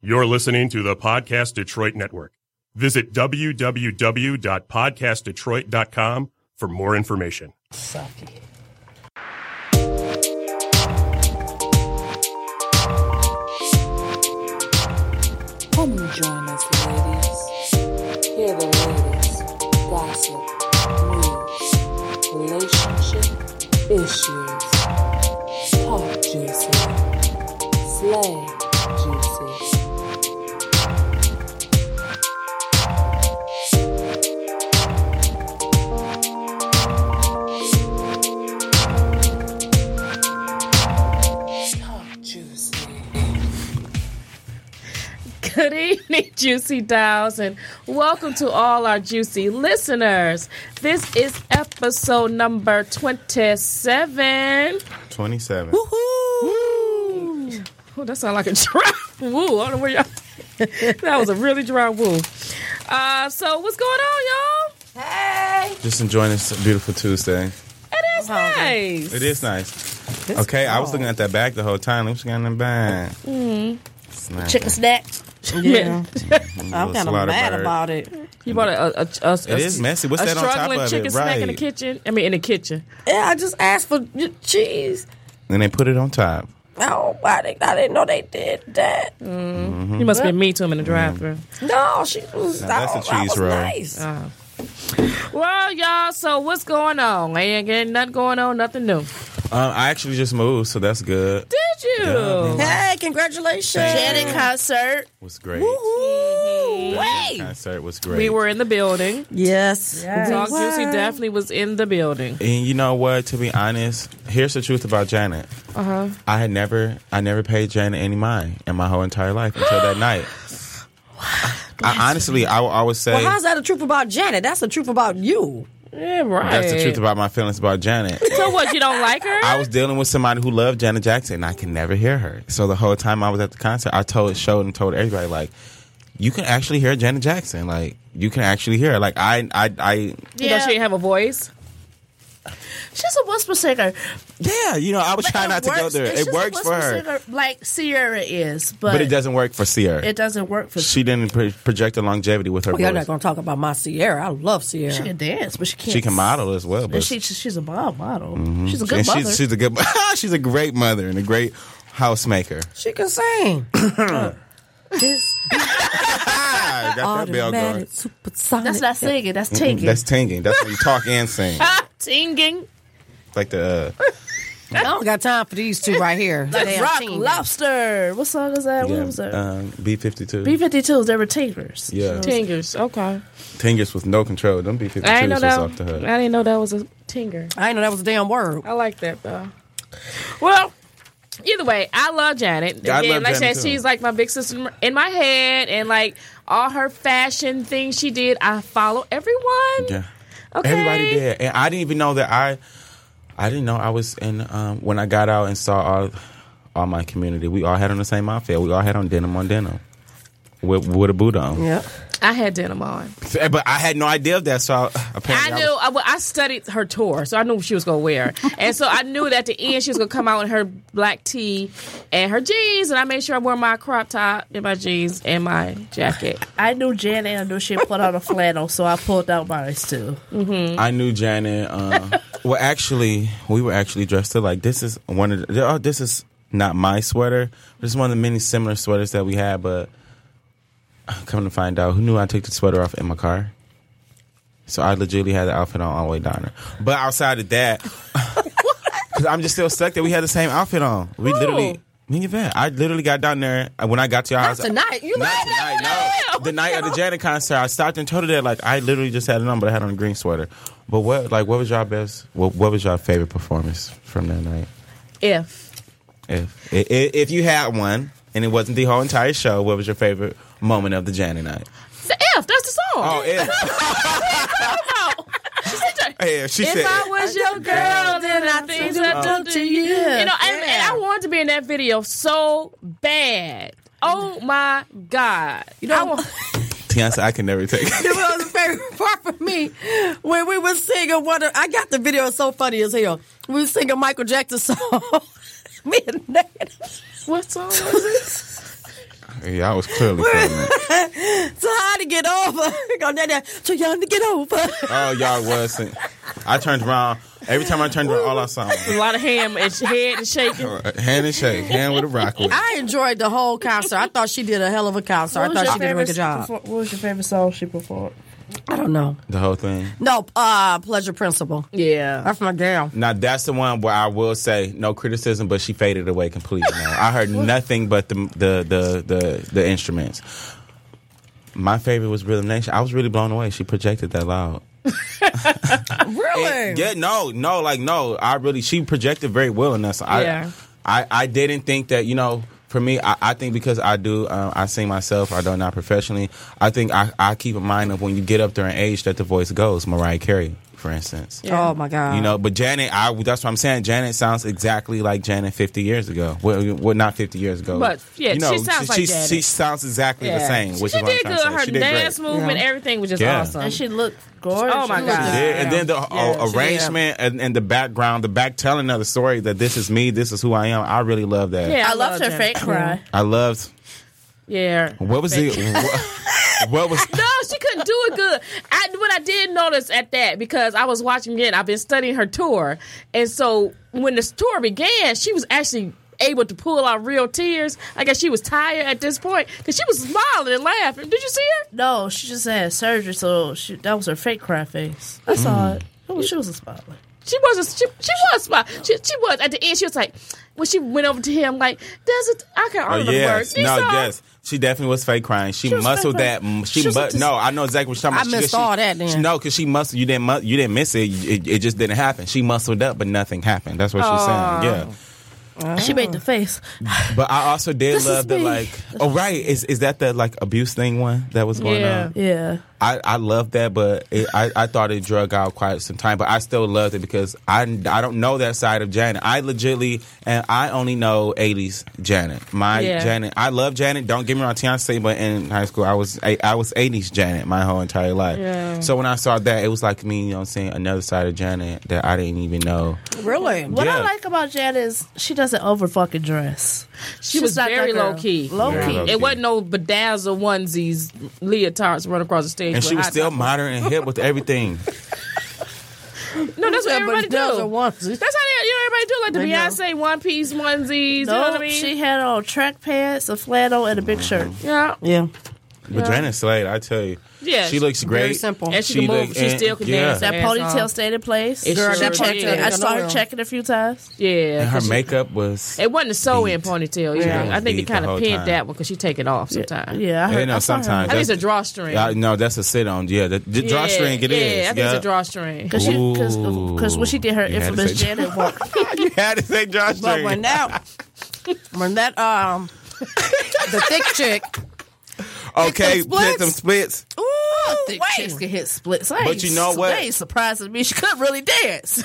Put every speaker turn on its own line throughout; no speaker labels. You're listening to the Podcast Detroit Network. Visit www.podcastdetroit.com for more information.
Saki. Come and join us, ladies. Hear the ladies gossip, news, relationship issues, talk juicy, slay juicy. Talk juicy.
Good evening, Juicy Dolls, and welcome to all our juicy listeners. This is episode number 27.
27.
Oh, that sounds like a dry woo. I don't know where y'all. that was a really dry woo. Uh, so, what's going on,
Just enjoying this beautiful Tuesday.
y'all? It is nice.
It is nice. okay, I was looking at that bag the whole time. What's got in the bag? Mm.
Mm-hmm. chicken snack.
Yeah.
I'm kind of mad about it.
You bought a, a, a, a-
It is messy. What's
a
that on top
struggling
of it?
chicken snack in the
Right.
kitchen. I mean, in the kitchen.
Yeah, I just asked for j- cheese.
Then they put it on top.
No, I didn't, Oh, I didn't know they did that.
You must be mean to him in the
Mm-hmm.
drive-through.
No, she was.
Now, that's a
no, that
cheese
was
roll.
Nice.
Well, y'all, so what's going on? Ain't again nothing going on, nothing new.
Um, I actually just moved, so that's good.
Did you?
hey, congratulations! Janet concert.
was great.
Woo! Wait.
Concert was great.
We were in the building.
Yes.
Dog Juicy definitely was in the building.
And you know what? To be honest, here's the truth about Janet. Uh
Uh-huh.
huh. I had never, I never paid Janet any mind in my whole entire life until that night. I, honestly, I will always say
Well, how's that a truth about Janet? That's a truth about you.
Yeah, right.
that's the truth about my feelings about Janet.
So what? You don't like her?
I was dealing with somebody who loved Janet Jackson, and I can never hear her. So the whole time I was at the concert, I told, showed, and told everybody like, you can actually hear Janet Jackson. Like, you can actually hear. Her. Like, I, I, I,
You know she didn't have a voice.
She's a whisper singer.
yeah, you know, I was trying not to go there. It works for her,
like Sierra is, but,
but it doesn't work for Sierra.
It doesn't work for she.
she didn't pro- project the longevity with her
Well, you're
voice.
not gonna talk about my Sierra. I love Sierra.
She can dance, but she can't.
she can model as well, but
And she, she's a mod model. She's a good
and
mother.
she's, she's a good, she's a great mother and a great housemaker.
She can sing.
Ah, got that bell going.
Automatic, supersonic.
that's not singing. That's taking.
That's tinging. That's when you talk and sing.
singing.
Like the. Uh,
I don't got time for these two right here. Damn
Rock
team.
lobster. What song is that? What was that?
uh, um, B fifty two.
B fifty twos. They were takers.
Yeah,
Tingers. Okay.
Tingers with no control. Them B fifty
I didn't know
twos was off
that.
the hood.
I didn't know that was a tinger.
I didn't know that was a damn word.
I like that though. Well, either way, I love Janet.
Yeah, I
Again,
love
like I
Janet,
said,
too.
she's like my big sister in my head, and like all her fashion things she did, I follow everyone.
Yeah,
Okay.
everybody did, and I didn't even know that I. I didn't know I was in um, when I got out and saw all, all my community. We all had on the same outfit. We all had on denim on denim, with with a boot on.
Yeah.
I had denim on.
But I had no idea of that, so I,
I
apparently
knew I, well, I studied her tour, so I knew what she was going to wear, and so I knew that at the end she was going to come out in her black tee and her jeans, and I made sure I wore my crop top and my jeans and my jacket.
I knew Janet. and I knew she put on a flannel, so I pulled out mine too.
I knew Janet. Uh, well, actually, we were actually dressed to like this is one of the, oh this is not my sweater. This is one of the many similar sweaters that we had. But uh, come to find out, who knew I took the sweater off in my car? So I legitimately had the outfit on all the way down there. But outside of that, because I'm just still stuck that we had the same outfit on. We literally. Me and Yvette, I literally got down there and when I got to your house.
tonight. You
Not
lied.
tonight, no. The night of the Janet concert, I stopped and told her that like I literally just had it on, but I had on a green sweater. But what like what was y'all best? What, what was y'all favorite performance from that night?
If
If i- i- if you had one and it wasn't the whole entire show, what was your favorite moment of the Janet night?
the if that's the song.
Oh, if
She said that.
yeah, she
If
said
I was your girl, then I things I done to you. You know, and, and I wanted to be in that video so bad. Oh my God! You know, I want,
Beyonce, I can never take.
It was the favorite part for me when we were singing one of, I got the video so funny as hell. We were singing Michael Jackson song. me and Nate.
what song was it?
Yeah, I was clearly pregnant.
So hard to get over. Go down there. So young to get over.
Oh, y'all was. sing- I turned around. Every time I turned around, all I saw was
A lot of ham and sh- head and shaking.
a hand and shake, hand with a rock with.
I enjoyed the whole concert. I thought she did a hell of a concert. I
What was
thought
your
she did a really
favorite
good job.
perfor- what was your favorite song she performed?
I don't know.
The whole thing.
No, uh, Pleasure Principle.
Yeah.
That's my girl.
Now that's the one where I will say no criticism, but she faded away completely. man. I heard nothing but the the the the, the instruments. My favorite was Rhythm Nation. I was really blown away. She projected that loud.
Really?
Yeah, no, no, like no. I really she projected very well in us. I,
Yeah.
I, I didn't think that you know. For me, I, I think because I do, um, I sing myself. I do it not professionally. I think I, I keep in mind of when you get up there in age that the voice goes. Mariah Carey, for instance.
Oh my God.
You know, but Janet, I that's what I'm saying. Janet sounds exactly like Janet 50 years ago. Well, well not 50 years ago,
But, yeah,
you know,
she sounds like
she,
Janet.
she sounds exactly the
Yeah.
same. Which
she
is what I'm
did
trying
good.
to say.
Her
she did
dance
great.
movement,
Yeah.
everying was just
Yeah.
awesome.
And she looked gorgeous.
Oh, my
She
God.
She
Yeah.
did. And then the uh,
she did.
arrangement and, and the background, the back telling of the story that this is me, this is who I am. I really love that.
yeah,
I loved her
him.
fake cry.
I loved.
Yeah.
What was it? What, what was?
No, she couldn't do it good. I, what I did notice at that because I was watching again, I've been studying her tour, and so when this tour began, she was actually able to pull out real tears. I guess she was tired at this point because she was smiling and laughing. Did you see her?
No, she just had surgery, so she, that was her fake cry face. I
Mm.
saw it. Oh, she was a spotlight.
She wasn't. She, she was smiling. She, she was at the end. She was like, when she went over to him, like, does it? I can't
Oh
remember the words.
yes,
These
no,
are-
yes. She definitely was fake crying. She,
was
muscled
fake
that.
crying.
mm, She,
She was
but
just-
no, I know exactly what you're talking
I
about. She-
missed
she-
all that then.
she- no, because she muscled. You didn't. Mus- you didn't miss it. it. It just didn't happen. She muscled up, but nothing happened. That's what she's saying.
She made
Mm.
the face.
Yeah. But I also did
This is
love the
me.
like. Oh right, is is that the like abuse thing one that was going
Yeah.
on?
Yeah.
I, I love that, but it, I, I thought it drug out quite some time. But I still loved it because I, I don't know that side of Janet. I legitly, and I only know 80s Janet. My
Yeah.
Janet, I love Janet. Don't get me wrong, Beyonce, but in high school, I was I, I was 80s Janet my whole entire life.
Yeah.
So when I saw that, it was like me, you know what I'm saying, another side of Janet that I didn't even know.
Really?
What I
Yeah.
like about Janet is she doesn't over fucking dress.
She was very low key.
Low
Very
key.
low-key.
It wasn't no bedazzled onesies, leotards run across the stage.
And
with
she was
high
still
tops.
modern and hip with everything.
No, that's what
Yeah, but
everybody
those are
do.
onesies.
That's how they, you know, everybody do like the
They
Beyonce one piece onesies. you know what I
Nope,
mean? Mm-hmm.
she had on track pants, a flannel, and a big shirt.
yeah,
Yeah.
But Janet Slade, I tell you.
Yeah,
She looks great.
Very simple.
and she, can move.
look-
She
and-
still can
yeah.
dance.
That
Ass
ponytail
off.
stayed in place.
It
Girl,
sure
that
did.
ponytail-
Checked it. I
Yeah.
saw her checking a few times.
Yeah,
And her
'cause she-
makeup was.
It wasn't a sew in
Beat.
ponytail. either.
Yeah.
I think they
Beat the
kind
whole
of pinned
time.
that one because she take it off sometimes.
Yeah, I
You
heard,
know,
I saw her.
sometimes
I think it's a
that's-
drawstring.
Yeah, no, that's a sit on. Yeah, the, the drawstring. It
yeah,
is.
Yeah, I think
yeah.
it's a drawstring.
Cause, she, cause,
Ooh.
'cause when she did her
You had to
infamous
say-
Janet walk,
you had to say
But
drawstring.
when that, when that, um, the thick chick.
okay,
them splits.
pick them splits.
Ooh,
thick
wait.
chicks can hit splits. I
But
ain't
you know
su-
what?
They ain't surprising me. She couldn't really dance.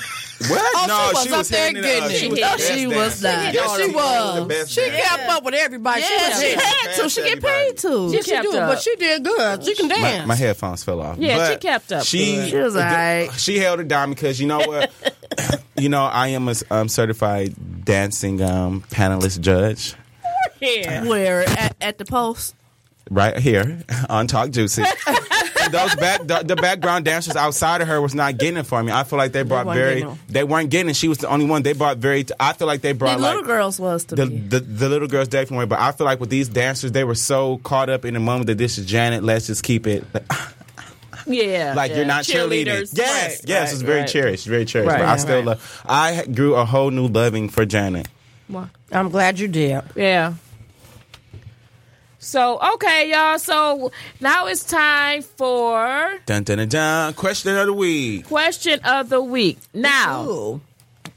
What?
Oh,
no,
she was up there
hitting it up.
getting
She
it.
was the
No,
best dancer.
she was not.
Yeah,
No, she
Oh, was. the
was.
best
She
dancer.
kept up with everybody.
yeah, she
she was
had to. She get
Everybody.
paid to.
She
she
kept
do it,
up.
but she did good. She can
My,
dance.
my headphones fell off.
Yeah, she
But
kept up
She,
good.
She was alright.
She held it down because you know what? you know, I am a um, certified dancing um, panelist judge.
Yeah.
Where at, at the post?
right here on Talk Juicy. And those back the, the background dancers outside of her was not getting it for me. I feel like they brought
weren't
very
getting
they weren't getting it. She was the only one they brought very. I feel like they
The
brought
little
like
girls was to
the,
me.
the the little girls definitely. were, But I feel like with these dancers, they were so caught up in the moment that this is Janet. Let's just keep it
Yeah.
like you're not cheerleading.
Cheerleaders.
Yes,
Right,
yes,
right,
it's very
right.
cherished, very cherished.
Right,
but I
right,
still
right.
love. I grew a whole new loving for Janet.
I'm glad you did.
Yeah. So okay, y'all. So now it's time for
Dun dun dun dun. Question of the week.
question of the week. Now,
Ooh.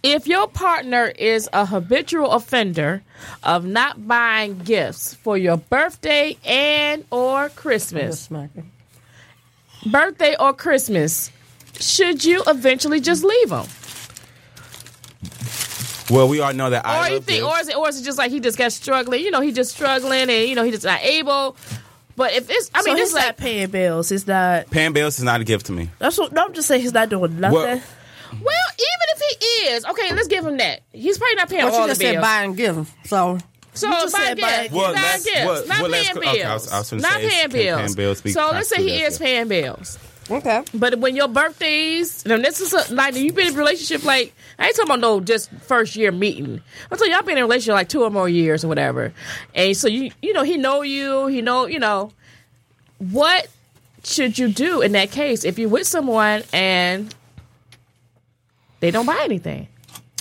if your partner is a habitual offender of not buying gifts for your birthday and or Christmas, birthday or Christmas, should you eventually just leave him,
Well, we all know that I
or you
love
think,
this.
or is it, or is it just like he just got struggling? You know, he just struggling, and you know, he just not able. But if it's, I
I mean,
mean,
so
it's
he's
like
not paying bills. He's not.
Pan Bills is not a gift to me.
That's what. No, I'm just saying he's not doing nothing.
Well-
Well, even if he is, okay, let's give him that. He's probably not paying
But
all
you
the
just said
bills.
buy and give. So
So
You just
buy
said buy
gifts,
Well,
buy
let's-
gifts,
what-
not
what let's-
paying bills,
okay, I was- I was gonna
not
say it's
paying
paying
bills.
bills, we
so
can
let's say
do
he
that,
is
yeah.
paying bills.
Okay.
But when your birthdays, now this is a, like you've been in a relationship like I ain't talking about no just first year meeting. I'm talking y'all been in a relationship like two or more years or whatever, and so you you know he know you, he know you know what should you do in that case if you're with someone and they don't buy anything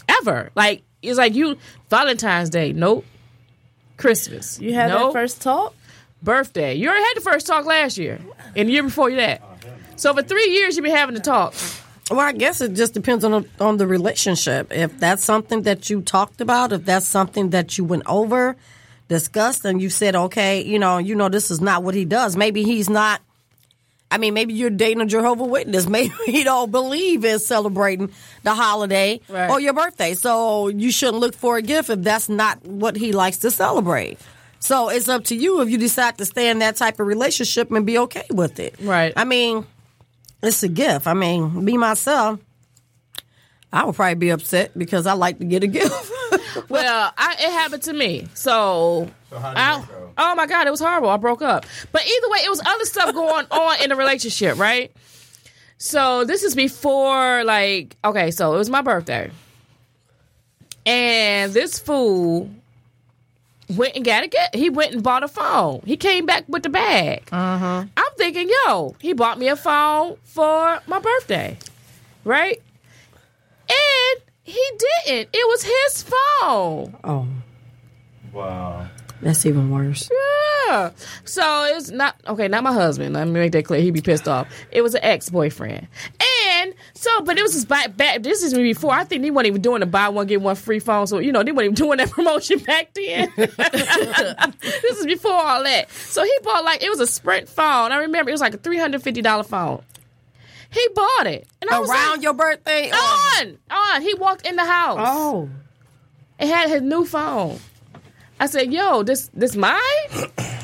ever? Like it's like you Valentine's Day, nope. Christmas,
You had
nope
that first talk?
birthday. You already had the first talk last year and the year before you that. So for three years you've been having the talk.
Well, I guess it just depends on on the relationship. If that's something that you talked about, if that's something that you went over, discussed, and you said, okay, you know, you know, this is not what he does. Maybe he's not. I mean, maybe you're dating a Jehovah Witness. Maybe he don't believe in celebrating the holiday
Right.
or your birthday. So you shouldn't look for a gift if that's not what he likes to celebrate. So it's up to you if you decide to stay in that type of relationship and be okay with it.
Right.
I mean, it's a gift. I mean, be myself. I would probably be upset because I like to get a gift.
Well, I, it happened to me. So, I- oh my god, it was horrible. I broke up. But either way, it was other stuff going on in the relationship, right? So this is before like okay, so it was my birthday. And this fool went and got a gift. He went and bought a phone. He came back with the bag. I'm thinking, yo, he bought me a phone for my birthday, right? And he didn't. It was his phone.
oh,
Wow.
that's even worse.
Yeah. So it's not okay. Not my husband. Let me make that clear. He'd be pissed off. It was an ex boyfriend, and so but it was just back. back this is me before. I think they weren't even doing the buy one get one free phone. So you know they weren't even doing that promotion back then. this is before all that. So he bought like it was a Sprint phone. I remember it was like a three hundred fifty dollar phone. He bought it, and I was
Around
like,
your birthday?
on on. He walked in the house.
Oh,
It had his new phone. I said, "Yo, this this mine?"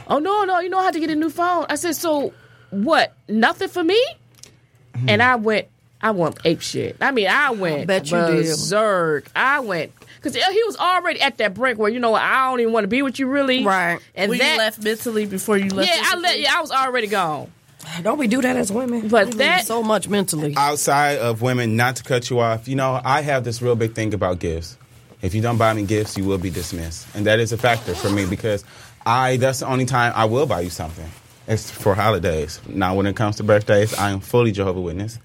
oh no, no, you know I had to get a new phone. I said, "So what? Nothing for me?" And I went, I went ape shit. I mean, I went
bet you did.
berserk. I went because he was already at that brink where you know what, I don't even want to be with you really.
Right.
And
When
that
you left mentally before you left.
yeah, I let
physically?
yeah, I was already gone.
don't we do that as women?
But
we lose
that-
so much mentally.
Outside of women, not to cut you off, you know, I have this real big thing about gifts. If you don't buy me gifts, you will be dismissed. And that is a factor for me because I that's the only time I will buy you something. It's for holidays. Now when it comes to birthdays, I am fully Jehovah Witness.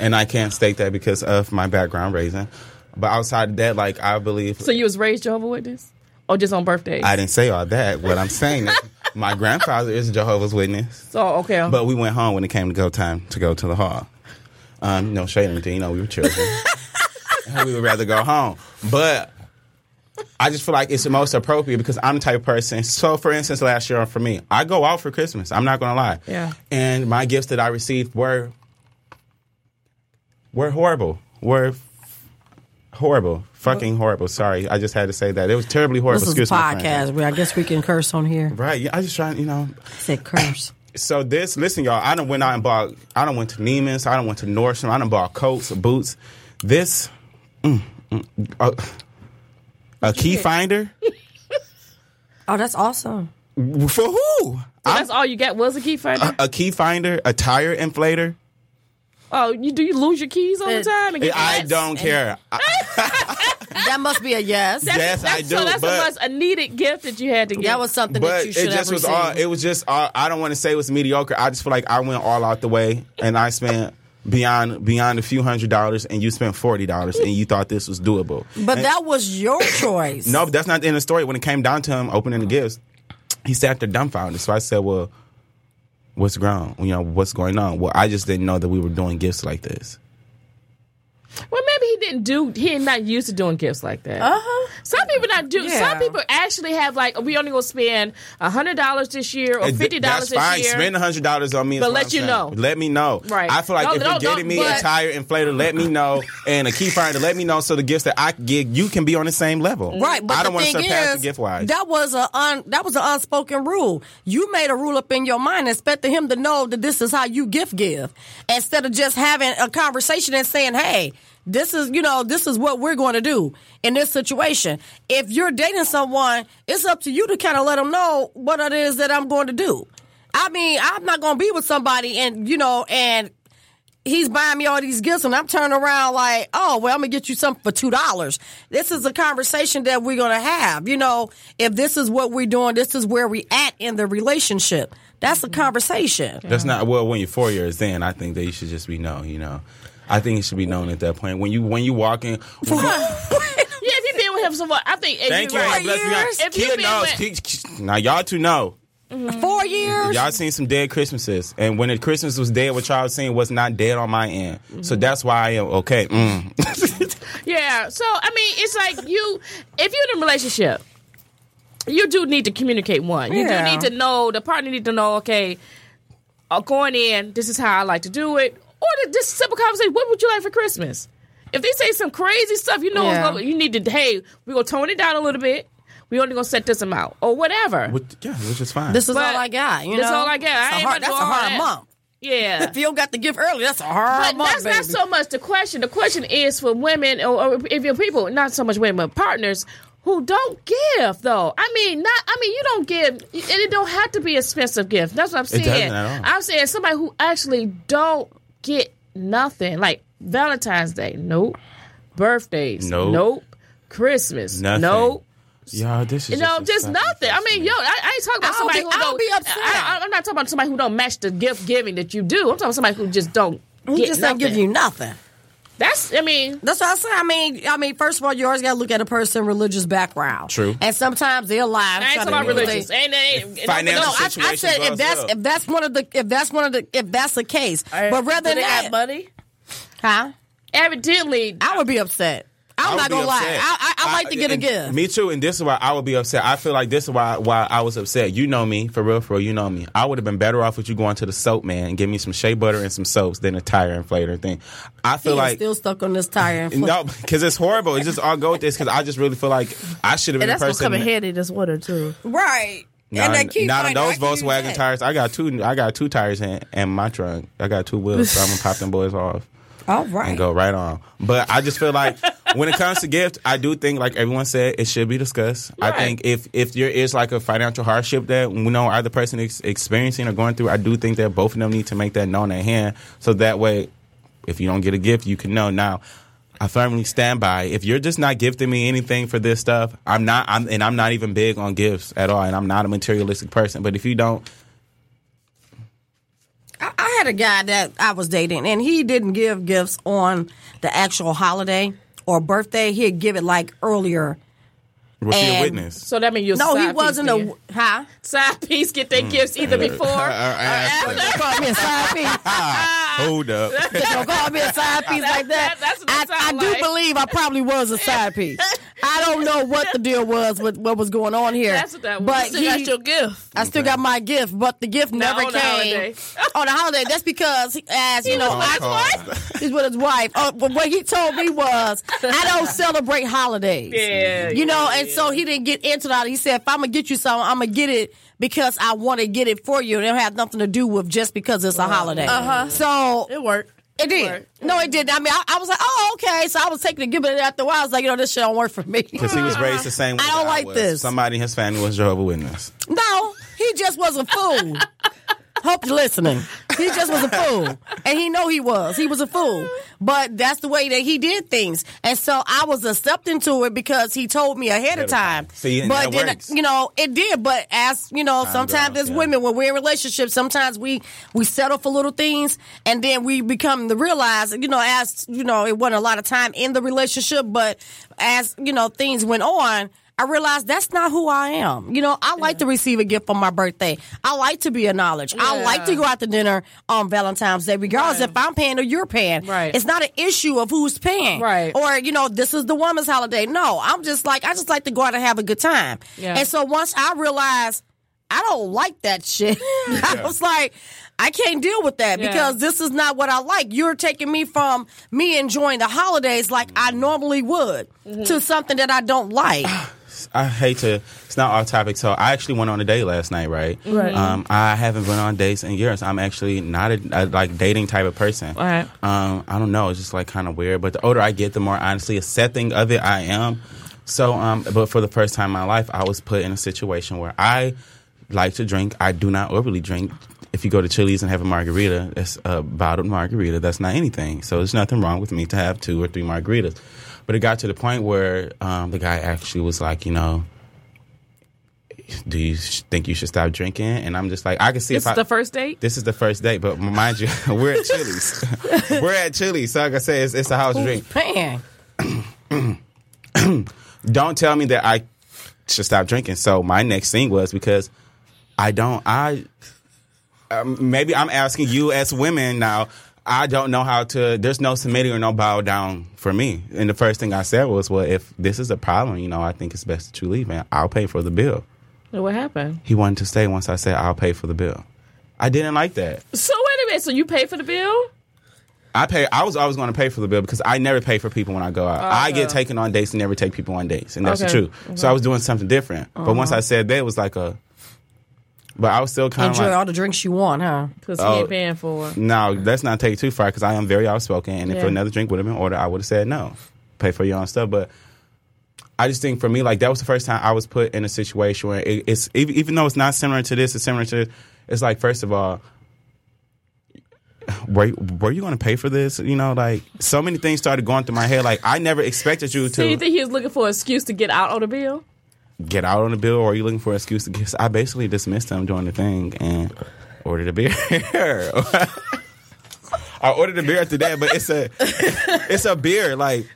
And I can't state that because of my background raising. But outside of that, like I believe
So you was raised Jehovah Witness, or just on birthdays?
I didn't say all that. What I'm saying is my grandfather is a Jehovah's Witness.
so okay,
But we went home when it came to go time to go to the hall. Um, no shade or anything, you know, we were children. we would rather go home. But I just feel like it's the most appropriate because I'm the type of person. So, for instance, last year for me, I go out for Christmas. I'm not going to lie.
Yeah.
And my gifts that I received were were horrible. Were horrible. Fucking horrible. Sorry, I just had to say that. It was terribly horrible.
this is a
Excuse my friend.
podcast. Where I guess we can curse on here.
Right. Yeah, I just trying, you know,
Said curse.
so this, listen, y'all. I done went out and bought. I done went to Neiman's. I done went to Nordstrom. I done bought coats, boots. This, mm, mm, a, a key finder
Oh, that's awesome.
for who?
that's all you got was a key finder.
A key finder, a tire inflator.
oh, you do you lose your keys all the
It-
time? And get
I
flats?
don't care. I,
That must be a yes. That,
yes, I do.
So that's
but
the most a needed gift that you had to get.
was something
but
that you should
it just
have
was all.
received.
It was just. All, I don't want to say it was mediocre. I just feel like I went all out the way, and I spent. Beyond beyond a few hundred dollars, and you spent forty dollars, and you thought this was doable.
but
And-
that was your choice.
No, but that's not the end of the story. When it came down to him opening the gifts, he sat there dumbfounded. So I said, "Well, what's wrong? You know, what's going on?" Well, I just didn't know that we were doing gifts like this.
Well, maybe he didn't do. He ain't not used to doing gifts like that.
Uh-huh.
Some people not do. Some
Yeah.
people actually have like we only gonna spend hundred dollars this year or
And th-
Oh, fifty dollars
That's
this
fine.
year.
Spend hundred dollars on me, is
But
what
let
I'm
you
saying.
know.
Let me know.
Right.
I feel like
Don't-
if you're
don't-
getting me
don't-
a
but-
tire inflator, let me know, and a key finder, let me know, so the gifts that I can get, you can be on the same level.
Right, but
I don't
the
want
thing
to surpass
is,
the gift wise.
that was a un, that was an unspoken rule. You made a rule up in your mind, expecting him to know that this is how you gift give, instead of just having a conversation and saying, "Hey, This is, you know, this is what we're going to do in this situation. If you're dating someone, it's up to you to kind of let them know what it is that I'm going to do. I mean, I'm not going to be with somebody and, you know, and he's buying me all these gifts and I'm turning around like, oh, well, I'm gonna get you something for two dollars. This is a conversation that we're gonna have. You know, if this is what we're doing, this is where we at in the relationship. That's a conversation.
That's not well. When you're four years in, I think that you should just be known. You know, I think it should be known at that point. When you when you walk in,
Yeah, if you've been with him so long, I think. and
thank you.
you're
God
right.
bless you.
years?
Like,
If you
Kia
been
knows.
with-
Ki- ki- Now y'all two know.
Four years.
Y'all seen some dead Christmases, and when the Christmas was dead, what y'all seen was not dead on my end. So that's why I am okay. Mm.
Yeah. So I mean, it's like you, if you're in a relationship, you do need to communicate. One, you
Yeah.
do need to know the partner need to know. Okay, uh, going in, this is how I like to do it, or the, just simple conversation. What would you like for Christmas? If they say some crazy stuff, you know, it's
Yeah.
gonna- you need to. Hey, we are gonna tone it down a little bit. We only gonna set this amount or whatever.
Which- yeah, which is fine.
This is
But
all I got. You
that's
know?
all I got. I
It's a
ain't
hard,
about
that's
to
a
go all
hard
that.
month.
yeah.
If you don't got the gift early, that's a hard
But
month.
that's not
baby.
so much the question. The question is for women or, or if your people, not so much women, but partners who don't give though. I mean, not. I mean, you don't give, and it don't have to be expensive gift. That's what I'm saying.
doesn't at all.
I'm saying somebody who actually don't get nothing, like Valentine's Day, nope. Birthdays,
Nope.
nope. Christmas,
Nothing.
nope.
y'all, this is
No,
a
just
fucking
nothing. I mean,
Christmas.
yo, I, I ain't talking about
I'll
somebody
be-
who
I'll
don't.
be upset.
I, am not talking about somebody who don't match the gift giving that you do. I'm talking about somebody who just don't.
He
get
just not give
nothing.
you nothing.
That's, I mean,
That's what I say. I mean, I mean, first of all, you always got to look at a person's religious background.
True.
And sometimes they're lying.
I ain't talking about religious. Ain't, ain't, ain't-
Financial
No,
no,
I,
I,
I
situations
said
as
if that's
well.
if that's one of the if that's one of the if that's the case, but rather than
Do they got
that,
money.
huh?
evidently,
I would be upset.
I
I'm
would
not
be
gonna lie.
upset.
I, I, I like to get a
and
gift.
Me too, and this is why I would be upset. I feel like this is why why I was upset. You know me, for real, for real. You know me. I would have been better off with you going to the soap man and give me some shea butter and some soaps than a tire inflator thing. I
He
feel
is
like
still stuck on this tire. And
no, because it's horrible. It's just I'll go with this because I just really feel like I should have been
And that's
the
gonna
person.
come in handy this winter too.
right.
Not, not on those Volkswagen
tires.
tires. I got two. I got two tires in, in my trunk. I got two wheels, so I'm gonna pop them boys off.
All right.
and go right on. But I just feel like when it comes to gift, I do think like everyone said, it should be discussed. I
Right.
think if if there is like a financial hardship that you know either person is experiencing or going through, I do think that both of them need to make that known at hand, so that way, if you don't get a gift, you can know now. I firmly stand by. If you're just not gifting me anything for this stuff, I'm not. I'm and I'm not even big on gifts at all, and I'm not a materialistic person. But if you don't,
I, I had a guy that I was dating, and he didn't give gifts on the actual holiday or birthday. He'd give it like earlier.
was she a
And-
witness?
so that means you're
No,
side
he wasn't
piece
a huh.
side piece. Get
Mm.
their gifts either before or after.
Don't call me a side piece.
Hold up.
Don't call me a side piece like that.
that- that's what it
I, I
sound
do
like.
believe I probably was a side piece. I don't know what the deal was with what was going on here.
That's what that was.
But
You still
he-
That's your gift.
I still got my gift, but the gift never
on the
came
holiday.
on the holiday. That's because, he- as you know, I, he's with his wife. Uh, but what he told me was, I don't celebrate holidays.
Yeah,
you know, and so he didn't get into that. He said, if I'm gonna get you something, I'm gonna get it because I want to get it for you. It don't have nothing to do with just because it's a holiday.
Uh-huh.
Uh huh. So
It worked.
it did. No, it did. I mean, I, I was like, oh, okay. So I was taking a give it after a while. I was like, you know, this shit don't work for me.
Because he was raised the same way.
I don't
that
like
was.
this.
Somebody in his family was Jehovah Witness.
No, he just was a fool. Hope you're listening. He just was a fool, and he know he was. He was a fool, but that's the way that he did things, and so I was accepting to it because he told me ahead of
of time.
time.
See, and
but
that
then
works.
you know it did. But as you know, sometimes
goes,
as
yeah.
women, when we're in relationships, sometimes we we settle for little things, and then we become to realize, you know, as you know, it wasn't a lot of time in the relationship, but as you know, things went on. I realized that's not who I am. You know, I like to receive a gift on my birthday. I like to be acknowledged. I like to go out to dinner on Valentine's Day, regardless if I'm paying or you're paying.
Right.
It's not an issue of who's paying.
Right.
Or, you know, this is the woman's holiday. No, I'm just like, I just like to go out and have a good time.
Yeah.
And so once I realized I don't like that shit, I was like, I can't deal with that
Yeah.
because this is not what I like. You're taking me from me enjoying the holidays like I normally would to something that I don't like.
I hate to. It's not off topic. So I actually went on a date last night, right?
Right.
Um, I haven't been on dates in years. I'm actually not a, a like dating type of person.
Right.
Um, I don't know. It's just like kind of weird. But the older I get, the more honestly accepting of it I am. So, um, but for the first time in my life, I was put in a situation where I like to drink. I do not overly drink. If you go to Chili's and have a margarita, it's a bottled margarita. That's not anything. So there's nothing wrong with me to have two or three margaritas. But it got to the point where um, the guy actually was like, you know, do you sh- think you should stop drinking? And I'm just like, I can see
This
if
is
I,
the first date.
this is the first date, but mind you, we're at Chili's. we're at Chili's. So like I say, it's, it's a house drink.
Paying.
Don't tell me that I should stop drinking. So my next thing was because I don't. I um, maybe I'm asking you as women now. I don't know how to. There's no submitting or no bow down for me. And the first thing I said was, "Well, if this is a problem, you know, I think it's best that you leave, and I'll pay for the bill."
What happened?
He wanted to stay once I said, "I'll pay for the bill." I didn't like that.
So wait a minute. So you pay for the bill?
I pay. I was always going to pay for the bill because I never pay for people when I go out. I get taken on dates and never take people on dates, and that's
Oh, Okay. Uh-huh.
the truth. So I was doing something different. But once I said that, it was like a. But I was still kind of
Enjoy all
like,
the drinks you want, huh?
Because he
Oh.
ain't paying for it.
no, let's not take it too far because I am very outspoken, and if
Yeah.
another drink would have been ordered, I would have said no, pay for your own stuff. But I just think for me, like that was the first time I was put in a situation where it, it's even, even though it's not similar to this, it's similar to. It's like first of all, were were you going to pay for this? You know, like so many things started going through my head. Like I never expected you
So you
to
think he was looking for an excuse to get out on the bill?
get out on the bill, or are you looking for an excuse to get? I basically dismissed him doing the thing and ordered a beer. I ordered a beer after that, but it's a it's a beer. Like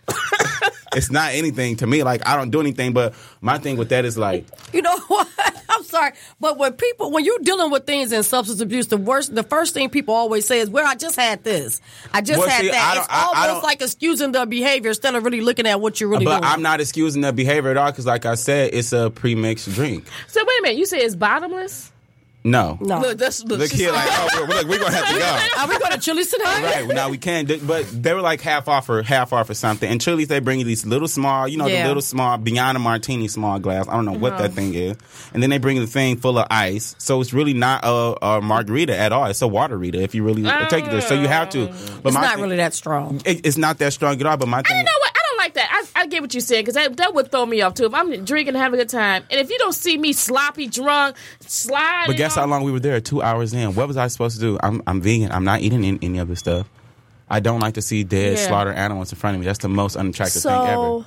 it's not anything to me. Like I don't do anything. But my thing with that is like
You know what? I'm sorry, but when people when you're dealing with things in substance abuse, the worst, the first thing people always say is, "Well, I just had this, I just
Well,
had
see, I
that."
don't-
It's
I- I
almost
don't-
like excusing their behavior instead of really looking at what you're really
But
doing.
I'm not excusing the behavior at all because, like I said, it's a pre-mixed drink.
So wait a minute. You say it's bottomless?
No,
no.
Look, that's look.
Look
she's
here,
like,
like, oh, we're, look, we're gonna have to go.
Are we going to Chili's tonight?
Right now we can, do- but they were like half off or half off or something. And Chili's they bring you these little small, you know,
Yeah.
the little small beyond a martini small glass. I don't know what that thing is. And then they bring the thing full of ice, so it's really not a, a margarita at all. It's a waterita if you really take it there. So you have to. But
It's
my
not
thing-
really that strong.
It, it's not that strong at all. But my thing.
You know what? I don't like that. I, I get what you're saying because that, that would throw me off too. If I'm drinking, having a good time, and if you don't see me sloppy, drunk, sliding,
But guess how
on-
long we were there? Two hours in. What was I supposed to do? I'm I'm vegan. I'm not eating any, any other stuff. I don't like to see dead
Yeah.
slaughtered animals in front of me. That's the most unattractive thing
so
ever.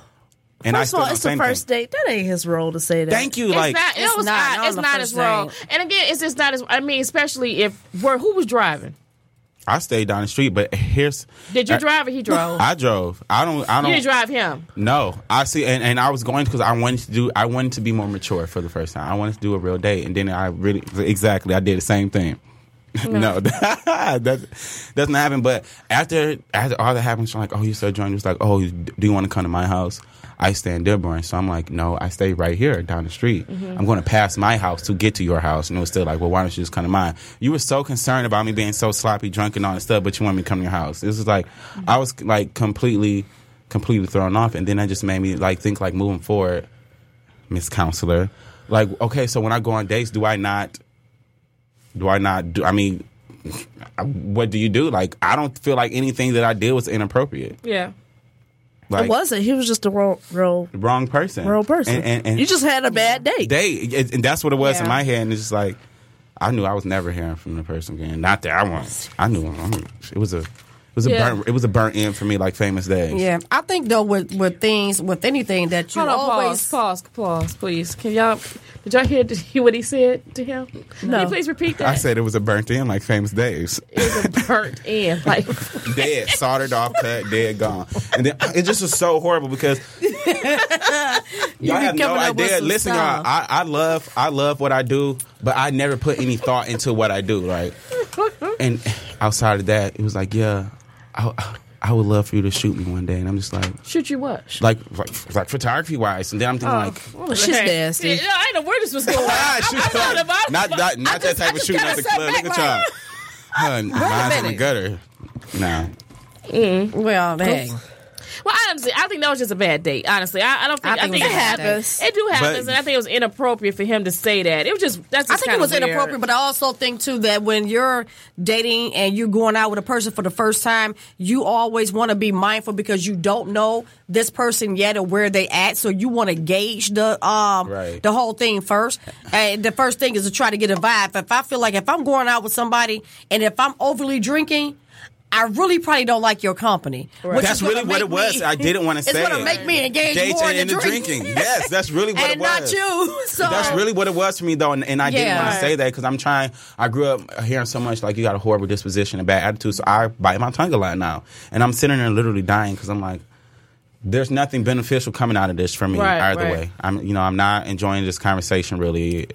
And
first of all,
don't
it's
say
the
anything.
first date. That ain't his role to say that.
Thank you.
It's
like
not. It
It's
was
not,
not.
not on
it's
the
not
first
as wrong.
date.
And again, it's just not as. I mean, especially if where who was driving?
I stayed down the street, but here's
Did you
I-
drive or he drove?
Uh, I drove. I don't. I
you
don't.
didn't drive him.
No, I see, and, and I was going because I wanted to do. I wanted to be more mature for the first time. I wanted to do a real date, and then I really exactly I did the same thing. No, that doesn't happen. But after after all that happens, I'm like, oh, you're so drunk. It's like, oh, do you want to come to my house? I stay in Dearborn, so I'm like, no, I stay right here down the street. I'm going to pass my house to get to your house, and it was still like, well, why don't you just come to mine? You were so concerned about me being so sloppy, drunk, and all that stuff, but you want me to come to your house. This is like, I was like completely completely thrown off and then that just made me like think like moving forward miss counselor like okay so when i go on dates do i not do i not do i mean what do you do like i don't feel like anything that i did was inappropriate
Yeah.
like
it wasn't. He was just the wrong role.
wrong person
Wrong person.
and, and, and
you just had a bad date.
date It- and that's what it was in
Yeah.
my head and it's just like i knew i was never hearing from the person again not that i want i knew I'm- it was a it was a
Yeah.
burnt it was a burnt end for me like famous days
Yeah, I think though with with things with anything that you
Hold on.
always
Pause. Pause. Pause. Please. Can y'all? Did y'all hear to- hear what he said to him? Can you please repeat that?
i said it was a burnt end like famous days
it's a burnt end. Like
dead, soldered off, cut, dead, gone. And then it just was so horrible because y'all have no
coming up with
idea.
some
Listen, y'all,
stuff.
I, I love, I love what I do, but I never put any thought into what I do. Like, and outside of that, it was like, yeah, I, I would love for you to shoot me one day, and I'm just like,
shoot you what?
like, like, like photography wise, and then I'm
Oh,
thinking like.
She's nasty.
Yeah, Oh, I didn't know where this was going.
Ah,
I,
shoot,
I, I,
not, not, that- not that type of shooting at the club. Look at y'all. Huh, mine's in the
minute.
gutter. Nah.
well, hey,
Well, honestly, I think that was just a bad date. Honestly, I, I don't think. I think,
it
it
was a bad
happens.
date.
happens.
It do happens,
But-
and I think it was inappropriate for him to say that. It was just that's.
I
just
think it
kinda
was
weird.
inappropriate, but I also think too that when you're dating and you're going out with a person for the first time, you always want to be mindful because you don't know this person yet or where they at, so you want to gauge the um
Right.
the whole thing first. And the first thing is to try to get a vibe. If I feel like if I'm going out with somebody and if I'm overly drinking. I really probably don't like your company. which is
That's
gonna
really what
make
it was.
me-
I didn't want to say
It's going to
it.
make me engage
Engage
more
in
in
the
drinking.
drinking. Yes, that's really what
and
it
not
was.
you. So
That's really what it was for me, though, and, and I didn't
Yeah.
want to say that because I'm trying. I grew up hearing so much like you got a horrible disposition and bad attitude, so I bite my tongue a lot now, and I'm sitting there literally dying because I'm like, there's nothing beneficial coming out of this for me
Right,
either
right.
way. I'm, you know, I'm not enjoying this conversation really.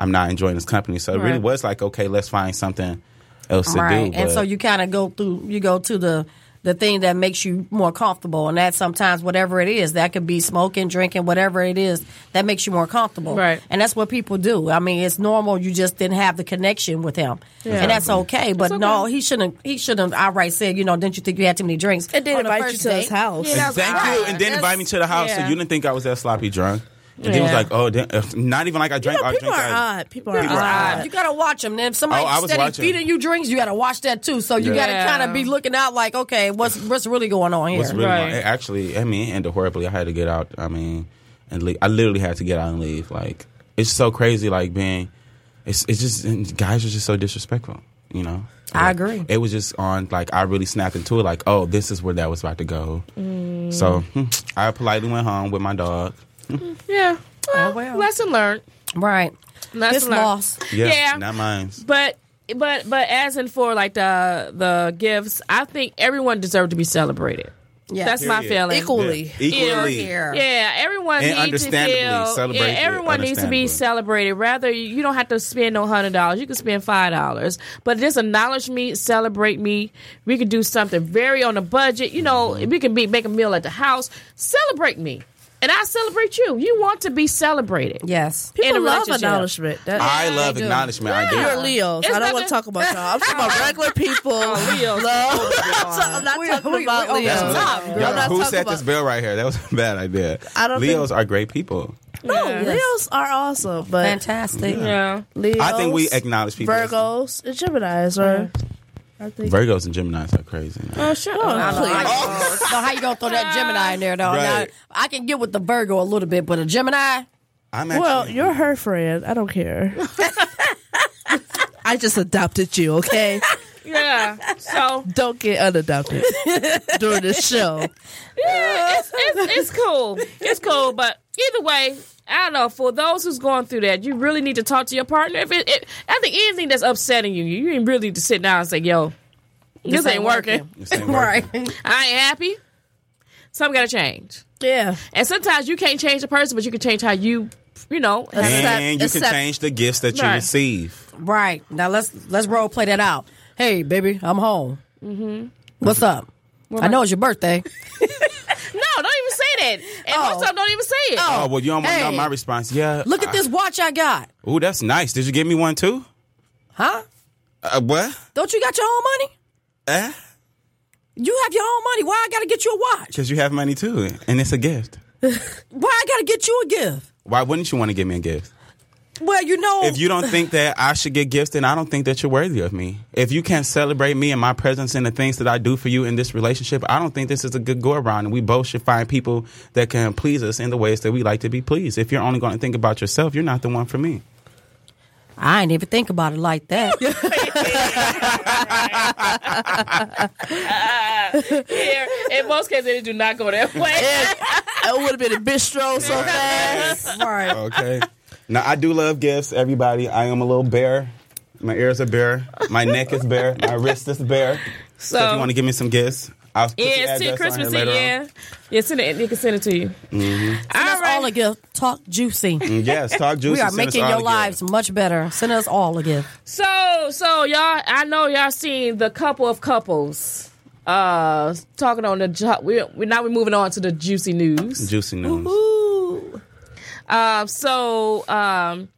I'm not enjoying this company, so it really
Right.
was like, okay, let's find something else to
right
do.
and
but-
so you kind of go through you go to the the thing that makes you more comfortable and that sometimes whatever it is that could be smoking drinking whatever it is that makes you more comfortable
Right.
and that's what people do i mean it's normal you just didn't have the connection with him and that's okay but no he shouldn't he shouldn't outright said you know didn't you think you had too many drinks
And then
on the
invite you
first
to his
date?
house.
Yeah,
And
that's
Thank
right.
you. And then invite me to the house.
yeah.
So you didn't think I was that sloppy drunk. And then he was
Yeah.
like, oh, then, if- not even like I drank.
You know,
I
people
drank
are
I-
odd. People are
People are
odd.
Uh, You gotta watch them. And if somebody
Oh, I was
steady
watching.
feeding you drinks, you gotta watch that too. So you
Yeah.
gotta kind of be looking out, like, okay, what's what's really going on here?
What's really wrong?
Right.
It actually, I mean, it ended horribly. I had to get out. I mean, and leave. I literally had to get out and leave. Like, it's so crazy. Like being, it's it's just and guys are just so disrespectful. You know.
I
Like,
agree.
It was just on. Like I really snapped into it. Like, oh, this is where that was about to go. So hmm, I politely went home with my dog.
Yeah. Well,
Oh, well.
Lesson learned.
right.
Lesson
It's
learned.
lost.
Yeah.
Not mine.
But but but as in for like the the gifts, I think everyone deserves to be celebrated.
Yeah.
That's my
Period.
feeling.
Equally.
Equally.
Here.
Yeah, everyone
And
needs to
understandably
feel.
celebrate
Yeah,
it,
everyone needs to be
understandably.
celebrated. Rather, you you don't have to spend no hundred dollars. You can spend five dollars, but just acknowledge me, celebrate me. We could do something very on a budget. You know, we can be make a meal at the house. Celebrate me, and I celebrate you. You want to be celebrated.
Yes.
in a
People love
relationship.
acknowledgement. That,
I love
do.
acknowledgement. I do.
You're Leos.
It's
I don't
nothing-
want to talk about y'all. I'm talking about regular people.
Leos.
Love. So I'm not
We-
talking
we-
about
we over
Leos.
the top,
I'm
girl.
Y'all know
not
who
talking
set this
about.
bill right here? That was a bad idea.
I don't
Leos
think-
are great people.
No,
Yes.
Leos are awesome, but
Fantastic.
Yeah.
Leos,
I think we acknowledge people.
Virgos and Gemini's are. I think.
Virgos and Geminis are crazy.
Oh, sure.
I don't know how you gonna- so how you gonna throw that Gemini in there though? Now,
Right.
I can get with the Virgo a little bit, but a Gemini,
I'm
Well,
actually,
you're her friend. I don't care. I just adopted you, okay?
yeah. So
Don't get unadopted during this show.
it's, it's, it's cool. It's cool. But either way, I don't know. For those who's going through that, you really need to talk to your partner. If it, it I think anything that's upsetting you, you ain't really need to sit down and say, "Yo, this, ain't working.
This ain't
right?
working.
I ain't happy. Something got to change."
Yeah.
And sometimes you can't change the person, but you can change how you, you know. have-
And you
Except-
can change the gifts that you
Right.
receive.
Right now, let's let's role play that out. Hey, baby, I'm home. What's up? I know it's your birthday.
no, don't even say that. And
Oh.
most of them don't even say it.
Oh, well, you don't want to know
Hey.
my response. Yeah.
Look at this watch I got,
Ooh, that's nice. Did you give me one too?
huh?
Uh, what?
Don't you got your own money?
Eh?
You have your own money. Why I gotta get you a watch?
Because you have money too, and it's a gift.
Why I gotta get you a gift?
Why wouldn't you want to give me a gift?
Well, you know,
If you don't think that I should get gifts, then I don't think that you're worthy of me. If you can't celebrate me and my presence and the things that I do for you in this relationship, I don't think this is a good go around. And we both should find people that can please us in the ways that we like to be pleased. If you're only going to think about yourself, you're not the one for me.
I ain't even think about it like that.
Here, in most cases, they do not go that way.
I would have been a bistro so fast.
right.
Okay. now, I do love gifts, everybody. I am a little bear. My ears are bare. My neck is bare. My wrist is bare. So, if you want to give me some gifts, I'll put the
Yeah, it's
address
to
on Mm-hmm.
Christmas
here
Eve.
later
Yeah, yeah. Send it. You can send it to you.
Send us all a gift. Talk juicy.
on. Yes, talk juicy.
We are
Mm-hmm. send us
making
all
your
the
lives
gifts.
much better. Send us all a gift.
So, so y'all, I know y'all seen the couple of couples uh talking on the job. We're, we're now we're moving on to the juicy news.
Juicy news.
Ooh. Uh, so, um,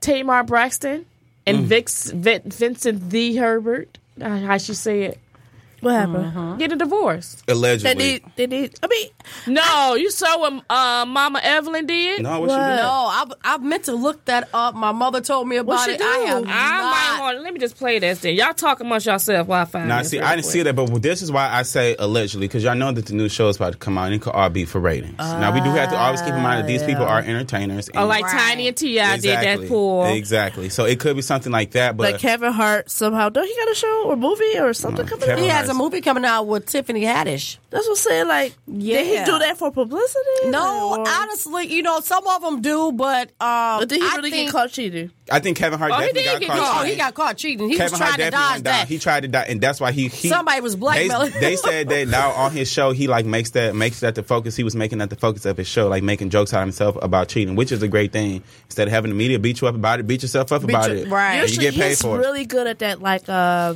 Tamar
Mm.
Braxton and Vix, Vin, Vincent the Herbert. uh, How she say it?
What happened?
Uh-huh.
Get a divorce.
Allegedly.
Mm-hmm. They need, they need. I mean,
No, you saw what uh, Mama Evelyn did.
no, what,
No,
you
I, I meant to look that up. My mother told me about
she
it. I
do?
have
I
I
not.
might want. Let me just play this. Then y'all talk amongst yourself. While I find.
Now,
this
see,
real
I didn't
quick.
see that, but this is why I say allegedly, because y'all know that the new show is about to come out and it could all be for ratings. now, we do have to always keep in mind that these people are entertainers. And
Oh, like
Right.
Tiny and Ti did
Exactly.
that for.
Exactly. So it could be something like that, but
but Kevin Hart somehow don't he got a show or movie or something coming
Kevin
He
out?
has a movie coming out with Tiffany Haddish.
That's what I'm saying. Like, did
Yeah.
he do that for publicity?
No,
Or-
honestly, you know, some of them do, but, um,
But did he
I
really
think-
get caught cheating?
I think Kevin Hart
Oh, he
definitely
did
got
get
caught.
caught.
No,
cheating.
he got caught cheating. He
Kevin
was
Hart
trying to
definitely
dodge
went down.
that.
He tried to die, and that's why he, he
Somebody was blackmailing.
They, they said that now on his show, he like makes that makes that the focus. He was making that the focus of his show, like making jokes out of himself about cheating, which is a great thing. Instead of having the media beat you up about it, beat yourself up about
you-
it.
right.
and you
Usually
get paid
he's
for it.
really good at that. Like, uh,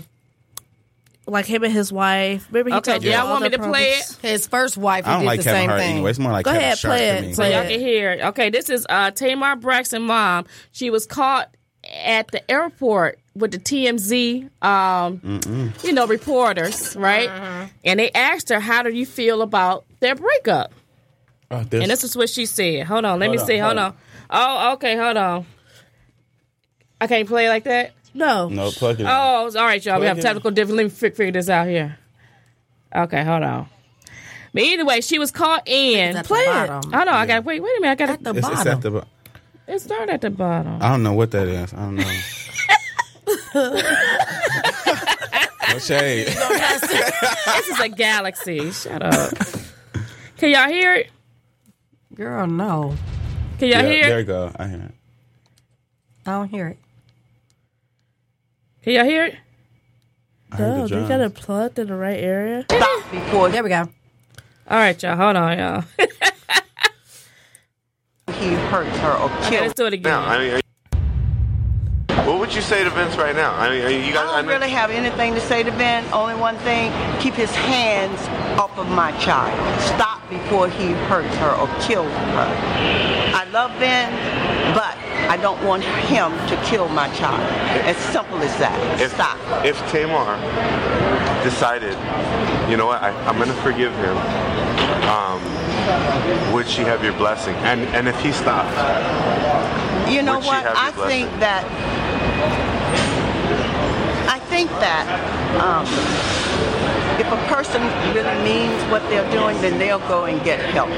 like him and his wife. Remember he
Okay,
told
do y'all
all
want me
their
to play
problems?
it?
His first wife, he
I don't
did
like
the
Kevin
same
Hart
thing.
anyway. It's more like
Go
Kevin
ahead,
Sharp
play
to
it,
me.
play
So
it.
y'all can hear. it. Okay, this is uh, Tamar Braxton mom. She was caught at the airport with the TMZ, um, you know, reporters, right?
Uh-huh.
And they asked her, "How do you feel about their breakup?"
Oh, this-
And this is what she said. Hold on, let
Hold
me
on,
see. Hold
hold
on. Oh, okay, hold on. I can't play like that.
No.
no, plug it. in.
Oh, it's all right, y'all. We
Plug
have
it
technical difficulty. Let me fi- figure this out here. Okay, hold on. But anyway, she was called in.
At the
Play it.
bottom.
Hold on, I got to wait. Wait a minute, I got
At
to.
the
It's, it's at
bottom.
the.
It started at the bottom.
I don't know what that is. I don't know. what shade?
this is a galaxy. Shut up. Can y'all hear it?
Girl, no.
Can y'all
Yeah,
hear?
there
It?
you go. I hear it.
I don't hear it.
Can y'all hear it?
I heard the
No, Oh, they
drums.
got it plugged in the right area.
before
There we go.
All right, y'all. Hold on, y'all. okay,
he hurts her or
let's do it again.
now? I mean, are you- what would you say to Vince right now? I mean, are you guys.
I don't
know-
really have anything to say to Ben. Only one thing: keep his hands off of my child. Stop before he hurts her or kills her. I love Ben, but I don't want him to kill my child. As simple as that.
if,
Stop.
If Tamar decided, you know what, I, I'm going to forgive him, um, would she have your blessing? And and if he stopped,
You know
Would she
what?
have your
I
blessing?
think that I think that um, if a person really means what they're doing, then they'll go and get help.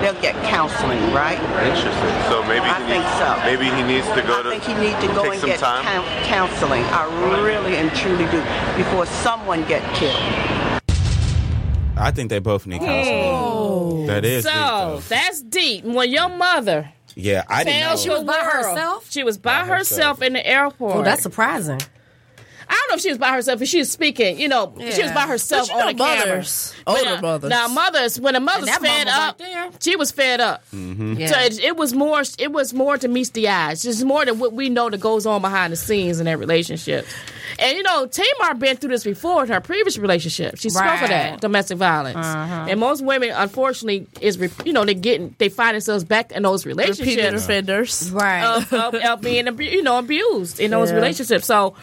They'll get counseling, right?
interesting. So maybe
I
he
think
needs,
so.
maybe he needs to go
I
to
think he needs to go
take
and
some
get
time.
coun- counseling. I really and truly do before someone get killed.
I think they both need counseling. That is deep,
So
though.
that's deep. When your mother
yeah, I didn't know.
tells your
by
world-
herself?
she was by, herself.
herself.
in the airport.
Oh, that's surprising.
I don't know if she was by herself, but she was speaking. You know, she was
Yeah.
by herself
But you
on
know
the
mothers,
camera. uh,
older
now,
mothers.
Now, mothers, when a mother's
that
fed
mama right
up,
there.
she was fed up. So it, it was more. It was more to meet the eyes. It's more than what we know that goes on behind the scenes in that relationship. And you know, Tamar been through this before in her previous relationship. She spoke of
Right.
that domestic violence, and most women, unfortunately, is re- you know they getting they find themselves back in those
Repeated
relationships
offenders.
Right.
of, of, of being abu- you know abused in those
Yeah.
relationships. So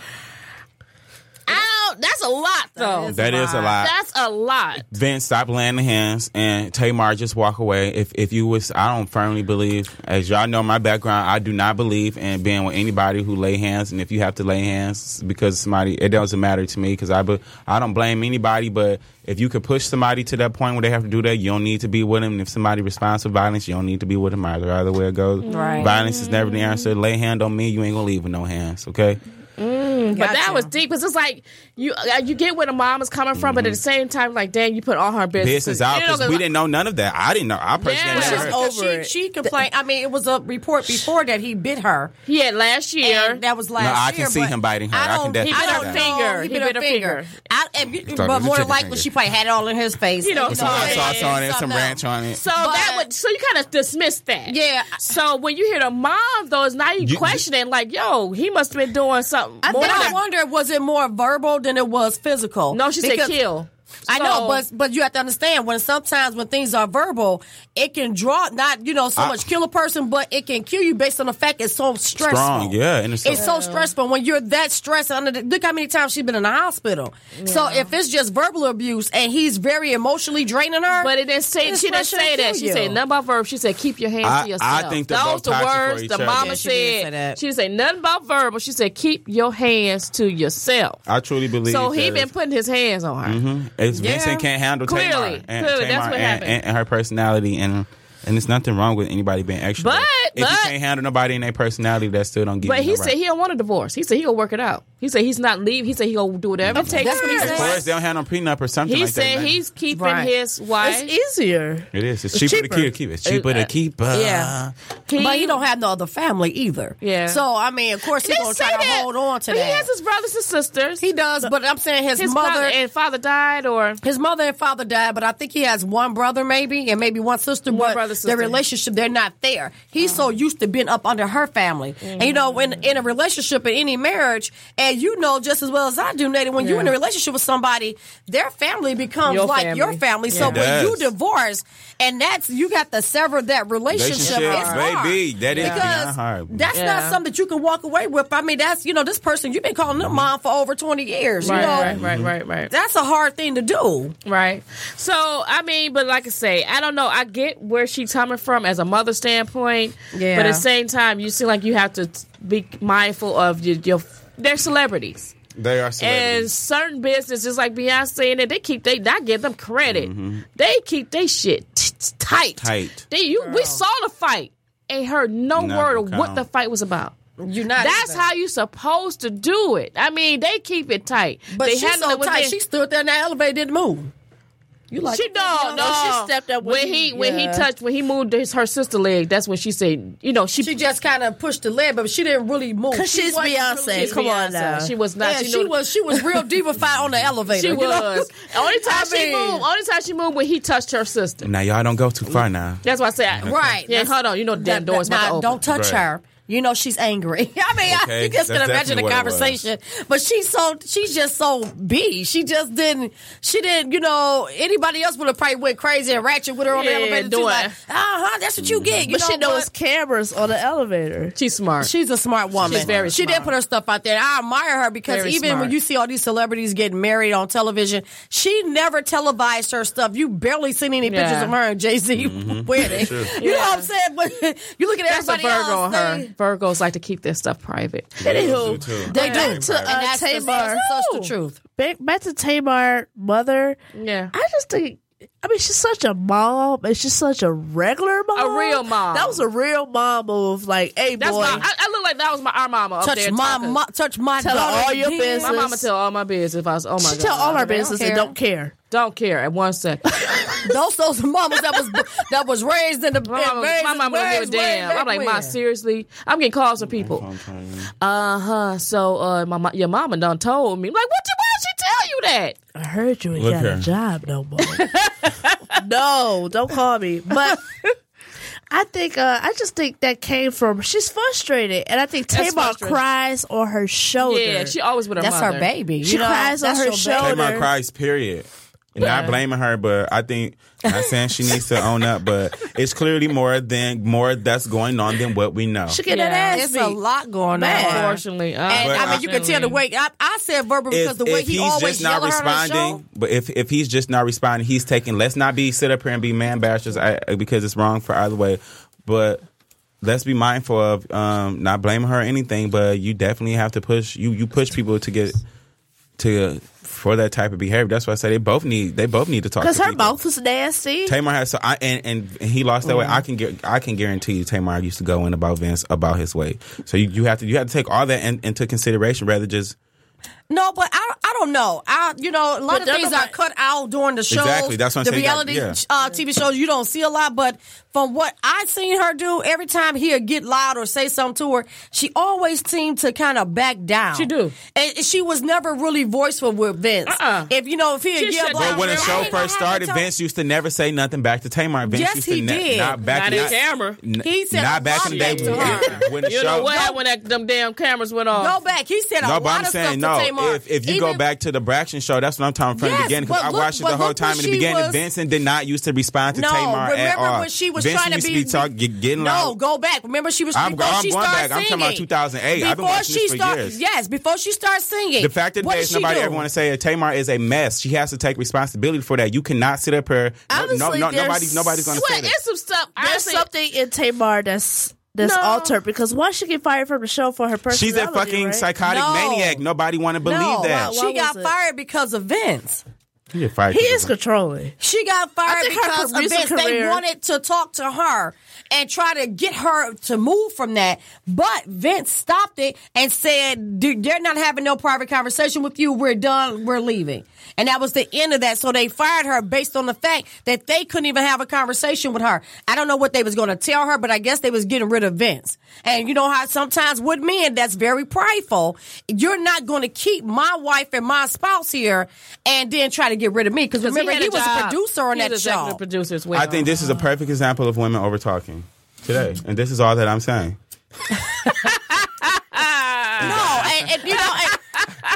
I don't. That's a lot, though.
That is a lot.
that's a lot.
Vince, stop laying the hands, and Tamar just walk away. If if you was, I don't firmly believe, as y'all know my background, I do not believe in being with anybody who lay hands. And if you have to lay hands because somebody, it doesn't matter to me because I be, I don't blame anybody. But if you could push somebody to that point where they have to do that, you don't need to be with them. And if somebody responds to violence, you don't need to be with them either. Either way it goes,
Right.
violence is never the answer. Lay hand on me, you ain't gonna leave with no hands. Okay.
But that was deep because it's like you uh, you get where the mom is coming from, but at the same time, like damn, you put all her business,
Mm-hmm. Business out
You know,
because we didn't know none of that. I didn't know. I personally
Yeah.
never
Which is
heard.
over
she,
it.
she complained. I mean, it was a report before that he bit her.
He had last year.
And that was last
No,
year.
I can see
but
him biting her. I can
don't-
definitely
I
see
don't
that.
know.
Finger.
He bit her finger. I, and you-
Thought it
but
was a
more
chicken
likely,
finger.
she probably had it all in his face.
You know,
and,
some hot
it
sauce
is
on it, some
something
ranch
else.
on it.
so that would so you kind of dismiss that.
Yeah.
So when you hear the mom though, it's now you,
You-
questioning like, yo, he must have been doing something.
I
more
think I
than-
wonder was it more verbal than it was physical?
no, she
Because-
said kill.
I know,
So-
but but you have to understand when sometimes when things are verbal, it can draw not you know so
I-
much kill a person, but it can kill you based on the fact it's so stressful.
Strong, yeah, and it's-
it's so stressful when you're that stressed. Under the, look how many times she's been in the hospital. So if it's just verbal abuse and he's very emotionally draining her,
But it didn't say
It's
she didn't
pressure to
say that.
kill
She
you.
said nothing about verbal. She said keep your hands
I-
to yourself.
I think they're
those
both toxic for
words
each
the
other.
mama
Yeah, she did
said.
say that.
She didn't say nothing about verbal. She said keep your hands to yourself.
I truly believe.
so he
that
been
it's-
putting his hands on her.
It's
Yeah.
Vincent can't handle
Clearly.
Tamar and
Clearly,
Tamar
that's what
and,
happened.
and- and her personality and and there's nothing wrong with anybody being extra.
But-
if you
but-
can't handle nobody in their personality, that still don't give.
But
you
he
no
said
right.
he don't want a divorce. He said he gonna work it out. He said he's not leave. He said he gonna do whatever it takes.
That's what he
As far as they don't handle prenup or something
He
like that.
said
man.
he's keeping
Right.
his wife.
It's easier.
It is. It's cheaper, to
cheaper.
keep. keep it. It's cheaper to keep. Uh,
Yeah.
He-
but he don't have no other family either.
Yeah.
So I mean, of course he's
They
gonna
say
try to
that,
hold on to
but
that.
He has his brothers and sisters.
He does, but I'm saying his,
his
mother
father and father died, or
His mother and father died, but I think he has one brother maybe and maybe one sister, but
brother, sister. Oh.
their relationship, they're not there. He's so used to being up under her family. And you know, in, in a relationship, in any marriage, and you know just as well as I do, Nate, when you're in a relationship with somebody, their family becomes
Your
like
family.
your family. So
It
when you
does.
divorce and that's, you got to sever that relationship.
Relationship,
it's hard.
baby, that is beyond
because
hard.
that's not
Yeah.
something that you can walk away with. I mean, that's, you know, this person, you've been calling
Mm-hmm.
them mom for over 20 years.
right,
you know,
right, right, right, right.
that's a hard thing to do.
Right. So I mean, but like I say, I don't know. I get where she's coming from as a mother standpoint.
Yeah.
But at the same time, you seem like you have to t- be mindful of your, your they're celebrities.
They are
And
celebrities.
certain businesses like Beyonce and that they keep they I give them credit. They keep they shit t- t- tight.
Mm-hmm. Tight.
They you we saw the fight and heard no
Not
word
gonna
of what
count.
the fight was about.
You're not.
That's
either.
how you supposed to do it. I mean, they keep it tight.
But
they
she's
handle
so
it with
tight.
their-
She stood there in the elevator, didn't move. You like?
she no, no.
she stepped up
when
when
he
he-
when he
yeah.
touched when he moved his, her sister leg. That's when she said, you know, she,
She just kind of pushed the leg, but she didn't really move.
Cause
She
she's
wasn't
Beyonce.
really-
it's
Come on
Beyonce.
now.
She was not.
yeah,
she,
she,
knew-
was. She was real diva on the elevator.
She
you know?
was. The only time
I
she
mean-
moved. Only time she moved when he touched her sister.
now y'all don't go too far now.
That's why I said I-
Right.
Yeah,
That's-
hold on. You know, the damn
That-
door's
that-
about to
nah,
open.
Don't touch
Right.
her. You know she's angry. I mean, I-
Okay,
you just can imagine
that's definitely
the
what it
conversation. But she's so she's just so B. She just didn't. She didn't. You know, anybody else would have probably went crazy and ratchet with her on the
Yeah,
elevator
doing.
too. Like, uh huh. That's what you
Mm-hmm.
get. You
But
know
she knows
what?
cameras on the elevator.
She's smart.
She's a smart woman.
She's very
she
smart.
did put her stuff out there. I admire her because
Very
even
smart.
when you see all these celebrities getting married on television, she never televised her stuff. You barely seen any
Yeah.
pictures of her and Jay Z wedding. You know what I'm saying? But you look at
That's a
everybody
Virgo.
else.
her
They,
Virgos like to keep their stuff private.
Anywho,
they do.
Back to, uh,
and that's the,
Tamar.
that's the truth.
Back, back to Tamar, mother.
Yeah.
I just think. I mean, she's such a mom, and she's such a regular mom.
real mom.
That was a real mom move. Like, hey,
That's
boy,
my. I, I look like that was my our mama up
Touch
there.
my,
talking.
mo- touch my
Tell her
daughter
all your
again.
business.
My mama tell all my business. If I was, oh my
she
god,
tell all our
don't
business and
care.
don't care.
Don't care at one second.
Those those mamas that was that was raised in the
My mama,
raised,
my mama don't give a
raised way
damn.
back
I'm like, ma,
when.
seriously, I'm getting calls from people. Uh huh. So, uh, my, mo- your mama done told me. I'm like, what? You, why she tell you that?
I heard you ain't
Look
got
here.
a job no more. no, don't call me. But I think uh, I just think that came from she's frustrated, and I think
That's
Tamar
frustrating.
cries on her shoulder.
Yeah, she always with her
That's
mother.
her baby. You
She
know,
cries on
that's
her
your baby.
shoulder.
Tamar cries. Period. Not blaming her, but I think not saying she needs to own up, but it's clearly more than more that's going on than what we know.
She get
Yeah.
that ass
It's
beat.
a lot going
Man.
on.
Unfortunately,
And I mean,
unfortunately.
you can tell the way I, I said verbal because the way he always yelled at her on the show.
but if if he's just not responding, he's taking. Let's not be sit up here and be man bashers I, because it's wrong for either way. But let's be mindful of um, not blaming her or anything. But you definitely have to push you you push people to get to for that type of behavior. That's why I say they both need they both need to talk.
Cause
to
her
people.
mouth was nasty.
Tamar has so I and, and, and he lost that weight. I can gu- I can guarantee you Tamar used to go in about Vince about his weight. So you, you have to you have to take all that in, into consideration rather just
No, but I, I don't know. I you know a lot
But
of
they're
things
not-
are cut out during the shows.
Exactly, that's what I'm
the
saying, you got-
reality
yeah.
uh, TV shows you don't see a lot, but from what I seen her do, every time he'll get loud or say something to her, she always seemed to kind of back down.
She do.
and she was never really voiceful with Vince.
Uh-uh.
If you know if he
She
yell
shut
like,
down
But when the
Girl,
show
I
first started, Vince used to never say nothing back to Tamar. Vince
Yes,
used to
he
ne-
did.
not back
Not in
not-
camera.
n-
He said
not
a
back
lot
in the day
back to
when,
her.
when the
You
show
know what? happened When that, them damn cameras went off.
Go back. He said a
No, but
lot
I'm
of
saying
stuff
no.
to Mark.
if, if you go
Even-
back to the Braxton show, that's what I'm talking from the
Yes,
beginning because
but
I
look-
watched it
but
the whole
look
time
when
in the
she
beginning.
was-
and Vincent did not used to respond to
no,
Tamar
remember
at all.
when she was
Vincent
trying
used
to
be,
be,
talk, get- getting
No,
loud.
go back. Remember she was
I'm-
before
I'm
she
going
started
back. I'm
singing.
talking about 2008.
Before
I've been watching
she
this for
start-
years.
Yes, before she starts singing.
The fact of the
what
matter
did
is,
she
nobody
do?
ever want to say it. Tamar is a mess. She has to take responsibility for that. You cannot sit up here. No, no,
Obviously,
no,
there's-
nobody, nobody's going to say
Well,
that.
it's some stuff.
There's
honestly,
something in Tamar that's that's
No.
altered because why she get fired from the show for her
She's
personality?
a fucking
right?
psychotic
No.
maniac. Nobody want to believe
no,
that.
why-
she got
was it?
fired because of Vince.
She get fired
He
for
is
that.
controlling.
She got fired
think her
because of
producer
Vince. They
career-
wanted to talk to her and try to get her to move from that. But Vince stopped it and said, "Dude, they're not having no private conversation with you. We're done. We're leaving. And that was the end of that. So they fired her based on the fact that they couldn't even have a conversation with her. I don't know what they was going to tell her, but I guess they was getting rid of Vince. And you know how sometimes with men, that's very prideful. You're not going to keep my wife and my spouse here and then try to get rid of me. Because
'Cause
remember, he,
had
was a
job.
producer on
He
that
was
show.
executive producer as well.
I think this is
Uh-huh.
a perfect example of women over talking today. And this is all that I'm saying.
no, and, and, you know, and,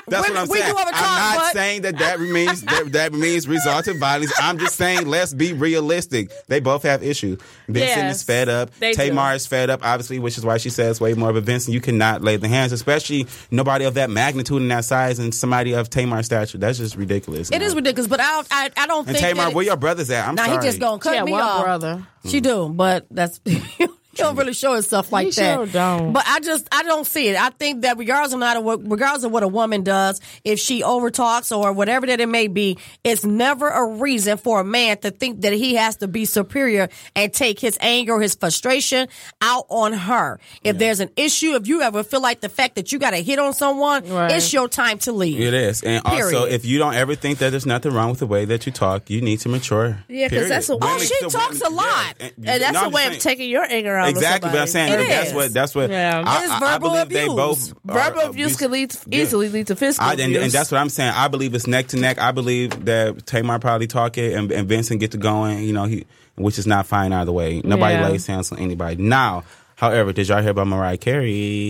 That's
Women-
what I'm
we
saying.
do overtalk,
I'm not
but-
saying that that means that, that means resultant violence. I'm just saying let's be realistic. They both have issues. Vincent
Yes,
is fed up.
they
Tamar
do.
is fed up, obviously, which is why she says way more. But Vincent, you cannot lay the hands, especially nobody of that magnitude and that size, and somebody of Tamar's stature. That's just ridiculous.
it is ridiculous. But I, don't- I, I don't
And
think.
Tamar,
that it-
where your brothers at? I'm
Nah,
sorry. Hmm.
he just gonna cut
She had
me
one
off.
brother.
She do, but that's. you don't really show itself like
He
that.
sure don't.
But I just I don't see it. I think that regardless of not what regardless of what a woman does, if she overtalks or whatever that it may be, it's never a reason for a man to think that he has to be superior and take his anger, or his frustration out on her. If there's an issue, if you ever feel like the fact that you got to hit on someone,
Right.
it's your time to leave.
It is. And also,
Period.
if you don't ever think that there's nothing wrong with the way that you talk, you need to mature.
Yeah, 'cause
Period.
that's a- Oh,
Women-
she
the
talks a lot.
And that's
No, I'm
a
just
way
saying-
of taking your anger out.
Exactly,
on
but I'm saying
It
that that's
is.
what that's what
Yeah.
I,
It's
I- I
verbal
believe they
abuse.
both
verbal
are abuse-
abuse can lead to,
Yeah.
easily lead to physical
I, and,
abuse.
and that's what I'm saying. I believe it's neck to neck. I believe that Tamar probably talk it and, and Vincent get to going. You know, he which is not fine either way. Nobody
Yeah.
lays hands on anybody now. However, did y'all hear about Mariah Carey?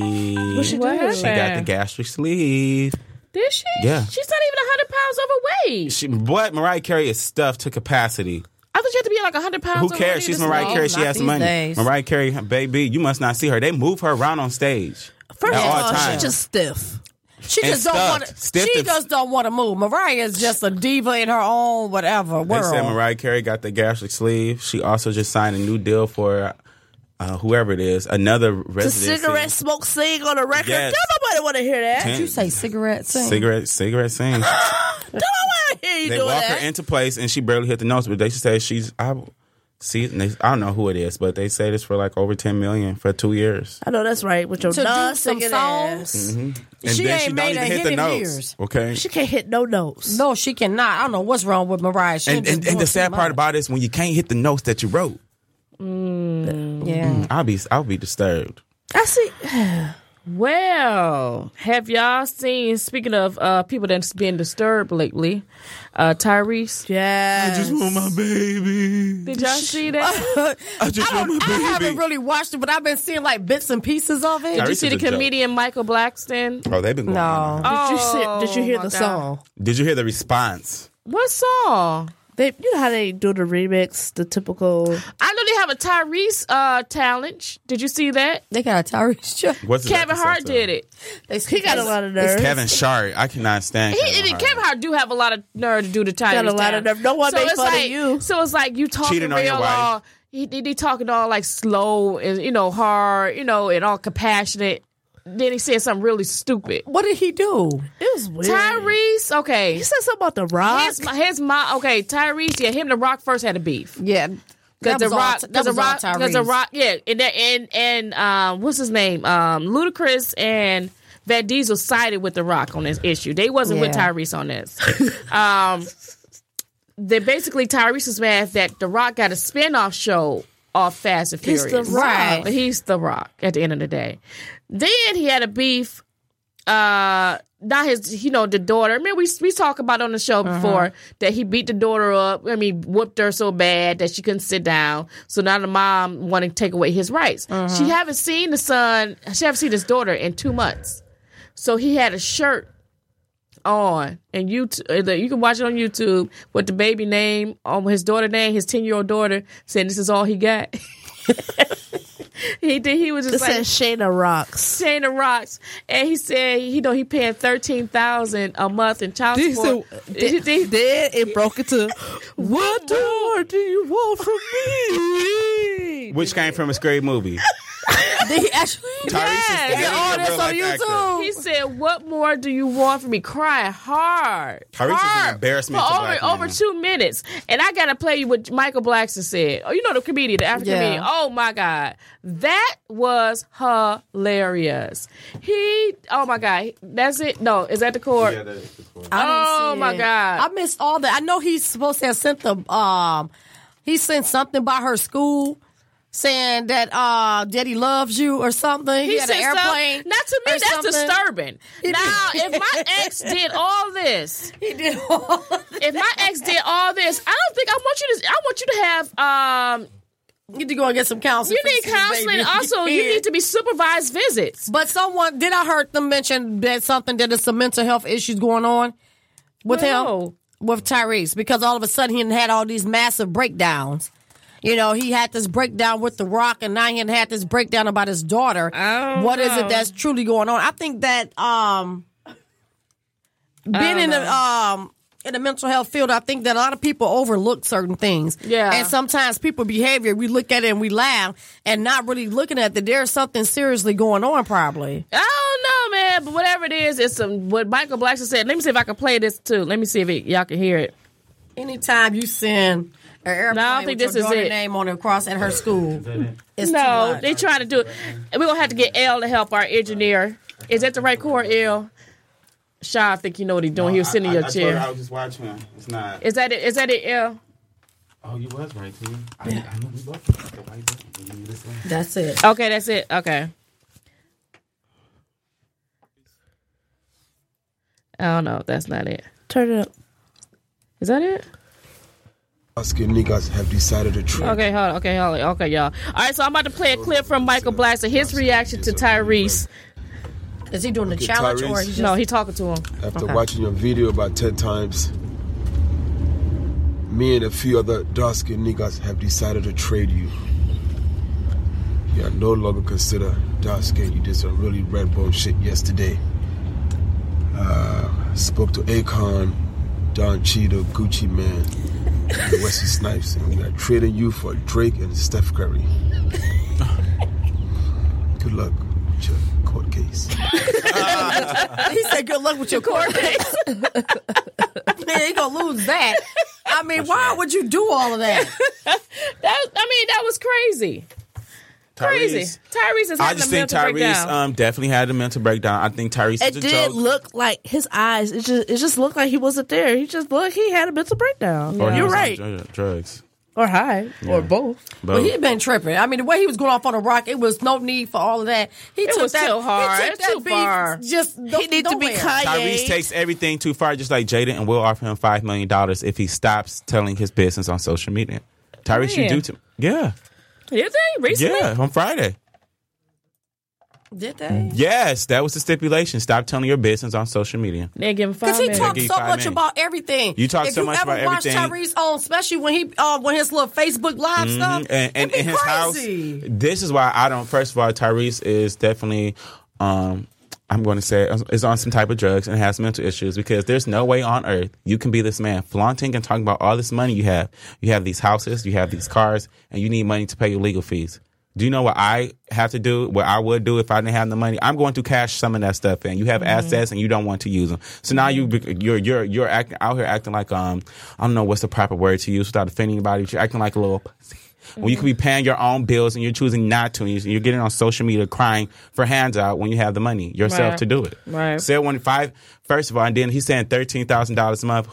What
she
What
do?
happened?
She got the gastric sleeve.
Did she?
Yeah.
She's not even hundred pounds overweight.
She, but Mariah Carey is stuffed to capacity.
I thought you had to be like hundred pounds.
Who
overweight
cares?
to
She's
be
Mariah
small.
Carey. She
not
has
these
some money.
days.
Mariah Carey, baby, you must not see her. They move her around on stage.
First
at
of
all
all,
times.
she's just stiff.
She
and
just don't want
stuffed.
to.
Stiff
She
and-
just don't want to move. Mariah is just a diva in her own whatever
They
world.
said Mariah Carey got the gastric sleeve. She also just signed a new deal for uh, whoever it is, another
The
residency.
cigarette smoke sing on the record.
Yes.
Don't nobody want to hear that.
Ten-
you say cigarette sing?
cigarette, cigarette sing.
Don't nobody want to hear you
they
doing
walk
that.
her into place, and she barely hit the notes. But they should say she's. I see. and They, I don't know who it is, but they say this for like over ten million for two years.
I know that's right. With your
to do
non
some
singing
songs.
ass,
Mm-hmm. And
She
then
ain't
she
made
don't even
a
hit
hit
the
in
notes.
years.
Okay.
she can't hit no notes.
No, she cannot. I don't know what's wrong with Mariah. She
and
just
and, and
doing
the sad
too
part
much.
about it is when you can't hit the notes that you wrote,
yeah,
I'll be I'll be disturbed.
I see.
Well, have y'all seen? Speaking of uh, people that's been disturbed lately, uh, Tyrese.
Yeah.
want my baby.
Did y'all see that?
I just
I, don't, I haven't really watched it, but I've been seeing like bits and pieces of it.
Tyrese
Did you
is
see the
a joke.
comedian Michael Blackston?
Oh, they've been going. on.
No,
Did you
Oh,
see, Did you hear
my
the
God.
song?
Did you hear the response?
What song?
They, you know how they do the remix, the typical.
I know they have a Tyrese uh, challenge. Did you see that?
they got a Tyrese show.
What's his
Kevin
episode
Hart
to?
did it.
They
He got a lot of nerve.
Kevin Shart. I cannot stand.
He,
Kevin
and
Hart.
Kevin Hart do have a lot of nerve to do the Tyrese.
Got a lot
challenge.
of nerve. No one make
it's
fun of
like,
you.
So it's like you talking
Cheating on your
real
wife.
all. He, he, he talking all like slow and you know hard, you know, and all compassionate. Then he said something really stupid.
What did he do?
It was weird.
Tyrese, okay.
He said something about the rock.
His, his mom, okay, Tyrese, yeah, him and The Rock first had a beef.
Yeah,
Because
that
The
was all-
Rock,
that
because The
was all
Rock, because The
Tyrese.
Rock, yeah, and that, and and um, what's his name? Um, Ludacris and Van Diesel sided with The Rock on this issue. They wasn't with
Yeah.
Tyrese on this. um, they basically Tyrese was mad that The Rock got a spinoff show off Fast and
He's
Furious.
The Rock.
Right.
but he's The Rock at the end of the day. Then he had a beef uh not his you know the daughter i mean we we talked about on the show
Uh-huh.
before that he beat the daughter up i mean whooped her so bad that she couldn't sit down so now the mom want to take away his rights
Uh-huh.
she haven't seen the son she haven't seen his daughter in two months so he had a shirt on and you uh, you can watch it on YouTube with the baby name on his daughter name, his ten year old daughter saying this is all he got. he did. He was just
This
like
says Shayna rocks.
Shana Rocks, and he said, you know, he paying thirteen thousand a month in child support. He- he-
Then it broke into What more do you want from me?
Which came from a scary movie.
Did he actually?
Tyrese is
Yeah,
definitely a
all this on
real-life actor.
YouTube.
He said, "What more do you want from me?" Crying hard.
Tyrese is an
hard,
embarrassment
for
to
over
black men.
over two minutes, and I gotta play you what Michael Blackson said. Oh, you know the comedian, the African
Yeah.
comedian. Oh my god, that was hilarious. He, oh my god, that's it. No, is that the chord?
I didn't
Oh,
see
my
it.
God.
I missed all that. I know he's supposed to have sent the um, he sent something by her school saying that uh, Daddy loves you or something. He, had an
said some-
airplane.
Now to me,
or
that's
something.
disturbing. Now, if my ex did all this,
He did all
if my ex did all this, I don't think I want you to. I want you to have. um
You need to go and get some counseling.
You
for
need
this
counseling.
baby.
Also, you
Yeah.
need to be supervised visits.
But someone did I heard them mention that something that there's some mental health issues going on with him
No.
with Tyrese because all of a sudden he done had all these massive breakdowns. You know, he had this breakdown with The Rock, and now he done had this breakdown about his daughter.
I don't
What is
know.
it that's truly going on? I think that um, being in the um in the mental health field, I think that a lot of people overlook certain things.
Yeah.
and sometimes people behavior we look at it and we laugh, and not really looking at that there's something seriously going on. Probably.
I don't know, man. But whatever it is, it's some what Michael Blackson said. Let me see if I can play this too. Let me see if it, y'all can hear it.
Anytime you send an airplane
No, I don't
with
think
your
this is
daughter
it.
name on it across at her school, it's too
No,
much.
they trying to do it. We're gonna have to get L to help our engineer. Is that the right core, L? Shaw, I think you know what he's doing. he was sitting in your chair.
was just watching him. It's not.
Is that it? Is that it, L?
oh, you was right, too. I, I know we both.
That's it.
Okay, that's it. Okay. I don't know. if That's not it.
Turn it up.
Is that it?
Asking niggas have decided to trade.
Okay, hold on. Okay, hold on. Okay, y'all. All right, so I'm about to play a clip from Michael Blackson, his reaction to Tyrese.
Is he doing the
Look at
challenge or
Tyrese.
he just
No, he talking to him.
After watching your video about 10 times, me and a few other dark skinned niggas have decided to trade you. You are no longer considered dark skinned. You did some really red bone shit yesterday. Uh, spoke to Akon, Don Cheeto, Gucci Man, and Wesley Snipes, and we are trading you for Drake and Steph Curry. Good luck with your court case.
He said, "Good luck with your court case." Man, he gonna lose that. I mean, why would you do all of that?
That I mean, that was crazy. Crazy. Tyrese is
I
having a
just think
mental
Tyrese
breakdown.
um, definitely had a mental breakdown. I think Tyrese
It
is a
did
joke.
look like his eyes. It just it just looked like he wasn't there. He just looked. He had a mental breakdown.
Or he
You're
was on
right.
dr- drugs.
Or high. Or both.
But
But
he had been tripping. I mean, the way he was going off on the rock, it was no need for all of that. He took
was
that
too hard.
He took
It's
that
too far.
beef Just
He need to be Kanye.
Tyrese takes everything too far, just like Jaden, and we'll offer him five million dollars if he stops telling his business on social media. Tyrese,
Man.
you do too. Yeah,
Did they recently?
yeah, on Friday.
Did they?
Yes, that was the stipulation. Stop telling your business on social media.
They give him
Because
five
he
minutes.
talked
Give you
so
five
much
minutes.
about everything.
You talk
if
so
you
much
ever
about
watch
everything.
Tyrese on, especially when he uh, when his little Facebook live stuff,
Mhm. And,
it'd
and
be
in his
crazy.
house, this is why I don't. First of all, Tyrese is definitely, um, I'm going to say, is on some type of drugs and has mental issues because there's no way on earth you can be this man flaunting and talking about all this money you have. You have these houses, you have these cars, and you need money to pay your legal fees. Do you know what I have to do? What I would do if I didn't have the money? I'm going to cash some of that stuff in. You have
Mm-hmm.
assets and you don't want to use them. So now you bec- you're you're you're acting out here acting like um I don't know what's the proper word to use without offending anybody. But you're acting like a little pussy. When you
Mm-hmm.
could be paying your own bills and you're choosing not to, and you're- you're getting on social media crying for hands out when you have the money yourself
Right.
to do it.
Right.
Say one five first of all, and then he's saying thirteen thousand dollars a month.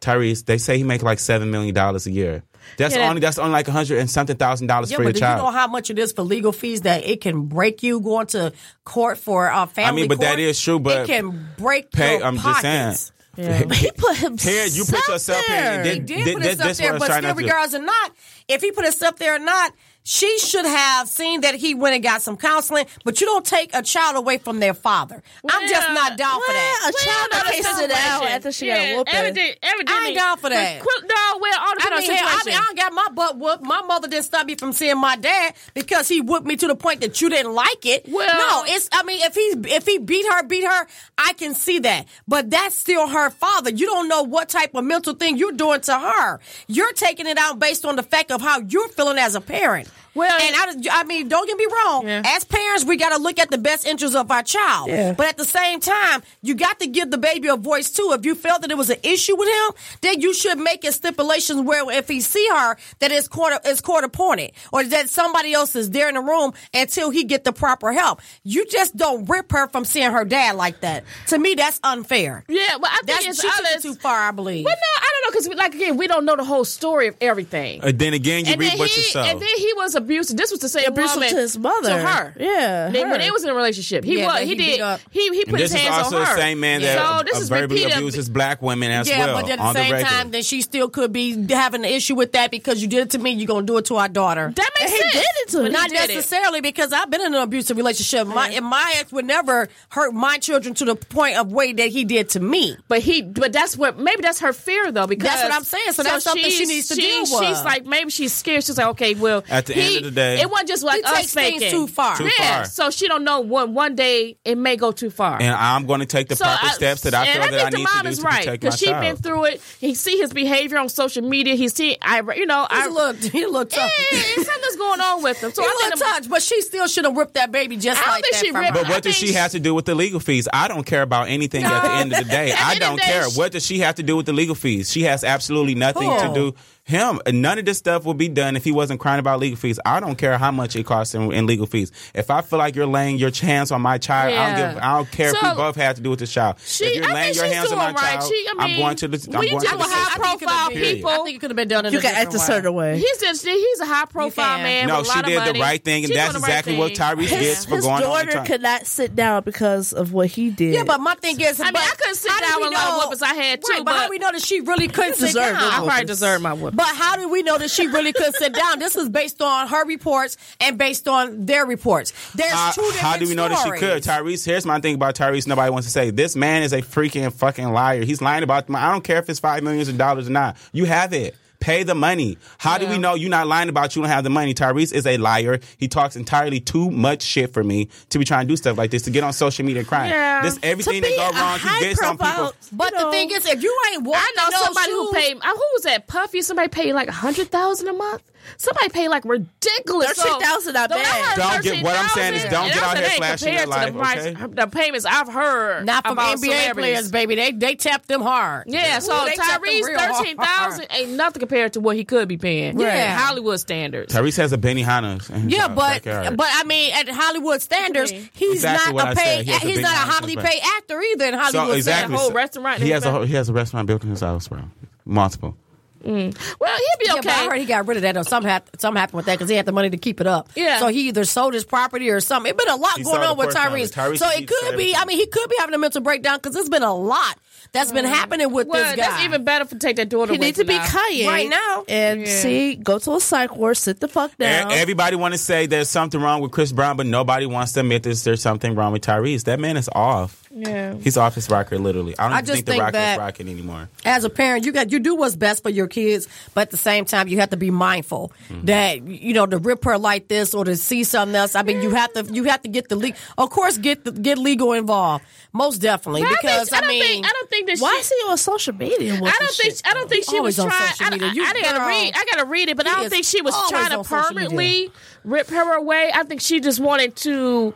Tyrese, they say he make like seven million dollars a year. That's
Yeah, that-
only that's only like a hundred and something thousand dollars
Yeah,
for your
but do
child.
you know how much it is for legal fees that it can break you going to court for uh, family?
I mean, but that
court?
is true, but
it can break.
pay.
your
I'm
pockets.
just saying.
He put himself
Here, you put yourself in.
there.
and
He
then-
did
thi-
put
this-
us up
this
there,
what I was
but
trying
still,
not to-
regardless or not, if he put us up there or not, She should have seen that he went and got some counseling, but you don't take a child away from their father. I'm just
Well,
not down for that.
well, a child
Well,
not
that's
sit down
situation.
after she
yeah,
got a whooping.
Everything, everything
I ain't down for that.
Qu- no, well, all
I
depends
mean,
on
hell, I
situation.
mean, I got my butt whooped. My mother didn't stop me from seeing my dad because he whooped me to the point that you didn't like it.
Well-
no, it's. I mean, if he if he beat her, beat her, I can see that. But that's still her father. You don't know what type of mental thing you're doing to her. You're taking it out based on the fact of how you're feeling as a parent.
Well-
and I, I mean, don't get me wrong.
Yeah.
As parents, we got to look at the best interest of our child.
Yeah.
But at the same time, you got to give the baby a voice too. If you felt that it was an issue with him, then you should make it stipulations where if he see her, that it's court it's court appointed, or that somebody else is there in the room until he get the proper help. You just don't rip her from seeing her dad like that. To me, that's unfair.
yeah, well, I think
That's
it's
she took it
others-
too far, I believe.
Well, no, I don't know because, like again, we don't know the whole story of everything.
Uh, then again, you
and
reap
then
what
he,
you sow.
and then he was abusive. This was the same
Abusive
woman
to his mother.
to her.
Yeah,
They- when
her.
they was in a relationship, he
Yeah,
was
that
he,
he beat
did
up.
he he
And
put
this
his
is
hands
also
on
the
her.
same man that
so
uh,
this is
verbally
repeated-
abuses black women as
yeah,
well
but at the
on
same
the regular.
time, then she still could be having an issue with that because you did it to me, you're gonna do it to our daughter.
That makes sense.
But
He
not
did it.
necessarily because I've been in an abusive relationship. My and my ex would never hurt my children to the point of way that he did to me.
But he, but that's what maybe that's her fear though. Because
That's what I'm saying. So that's something she
she's-
needs to
she-
deal with.
She's like maybe she's scared. She's like, okay, well,
At the
he-
end of the day-
it wasn't just like
He
us
takes things
thinking.
too far. Too
yeah,
far.
so she don't know one one day it may go too far.
and I'm going to take the
so
proper
I-
steps that I
and
feel
I
that I
think the
need
mom
to do
is
to
right
protect my
she's
child.
been through it. He see his behavior on social media. He see I you know
He's
I
a little, he a little
yeah,
tough.
something's going on with him. So
he
I
a
think
little
the-
touch, but she still should have ripped that baby just
I don't
like
think
that
she
from
ripped-
her.
But what
I think
does she
she-
have to do with the legal fees? I don't care about anything at the end of the day.
the
I
end of
don't
the day,
care.
she-
What does she have to do with the legal fees? She has absolutely nothing to
Who?
do. Him. None of this stuff would be done if he wasn't crying about legal fees. I don't care how much it costs in, in legal fees. If I feel like you're laying your hands on my child, I
Yeah.
don't give. I don't care if
So-
we both have to do with this child.
She,
if you're
I
laying
think
your
she's
hands
doing
on my
right.
child,
she, I mean,
I'm going to the.
we
I'm going
deal
to
with
the.
high profile
Period.
people.
I think it could have been done. In
You
a
can
different
act a
way.
certain way.
He's in, he's a high profile
can.
man.
No,
with a lot
she
of
did
money.
the right thing, and
She's
that's
doing the right
exactly what
thing.
Tyrese gets for
his
going on.
daughter
the
could not sit down because of what he did.
Yeah, but my thing is,
I mean, I couldn't sit down with a lot of whoopings I had, too,
Right, but
but-
how we know that she really couldn't sit
deserved
down?
it.
I probably deserve my whooping.
But how do we know that she really could sit down? This is based on her reports and based on their reports. There's
how,
two different
Uh, how do we know that she
stories.
could? Tyrese, here's my thing about Tyrese. Nobody wants to say this man is a freaking fucking liar. He's lying about. The, mon- I don't care if it's five millions of dollars or not. You have it. Pay the money. How do we know you're not lying about you don't have the money? Tyrese is a liar. He talks entirely too much shit for me to be trying to do stuff like this to get on social media and crying.
Yeah.
This everything
To
that
be
go
a
wrong, he gets on people.
high-profile-
But
You
the
know.
thing is, if you ain't walking,
I know
those
somebody
shoes-
who paid. uh, Who was that? Puffy. Somebody paid like a hundred thousand a month. Somebody paid like ridiculous. So-
$13,000 not
the- I
bad.
heard
Don't get- what I'm saying is
$13,000,
don't
and I
get out
said they
here flashing
compared
your
to
life,
the, price-
okay?
the payments I've heard
Not from
about
NBA
celebrities.
players, baby. They they tapped them hard.
Yeah, so
Ooh, they tapped them
Tyrese
real hard.
thirteen thousand ain't nothing compared to what he could be paying.
Yeah.
Hollywood standards.
Tyrese has a Benny Hanna's.
Yeah, but but I mean, at Hollywood standards, he's
Exactly what
not
I
a
said.
paid.
He has a
he's
big
not a
house,
highly
that's right.
paid actor either in Hollywood.
so
standards.
exactly,
whole restaurant in
He
his
has a
back.
whole, he has a restaurant built in his house, bro. Multiple.
Well, he'll be
Yeah, but
okay.
I heard he got rid of that or something happened, something happened with that because he had the money to keep it up.
Yeah.
So he either sold his property or something. It's been a lot
He
going
sold
on
the
with
portion of
Tyrese.
it. Tyrese
So
needs
it could be,
everything.
I mean, he could be having a mental breakdown because there's been a lot that's been happening with
well,
this guy.
that's even better for take that daughter.
he
with
needs to
him
be
now.
cayenne
Right now.
and see, go to a psych ward, sit the fuck
E-
down.
Everybody want to say there's something wrong with Chris Brown, but nobody wants to admit this. There's something wrong with Tyrese. That man is off.
Yeah.
He's off his rocker, literally. I don't
I
even
just
think the
think
rocker is
that-
rocking anymore.
as a parent, you got you do what's best for your kids, but at the same time, you have to be mindful
Mm-hmm.
that you know to rip her like this or to see something else. I mean, you have to you have to get the legal, of course, get the, get legal involved, most definitely
But I
because
think, I,
I,
don't
mean,
think I don't think that
Why
she,
is he on social media? With
I don't
this
think
shit,
I don't think she
Always
was
on
trying.
social
I,
media.
I,
You
I gotta
girl.
read. I gotta read it, but I
He
don't
is
think she was
always
trying to
on social media.
permanently rip her away. I think she just wanted to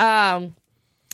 um,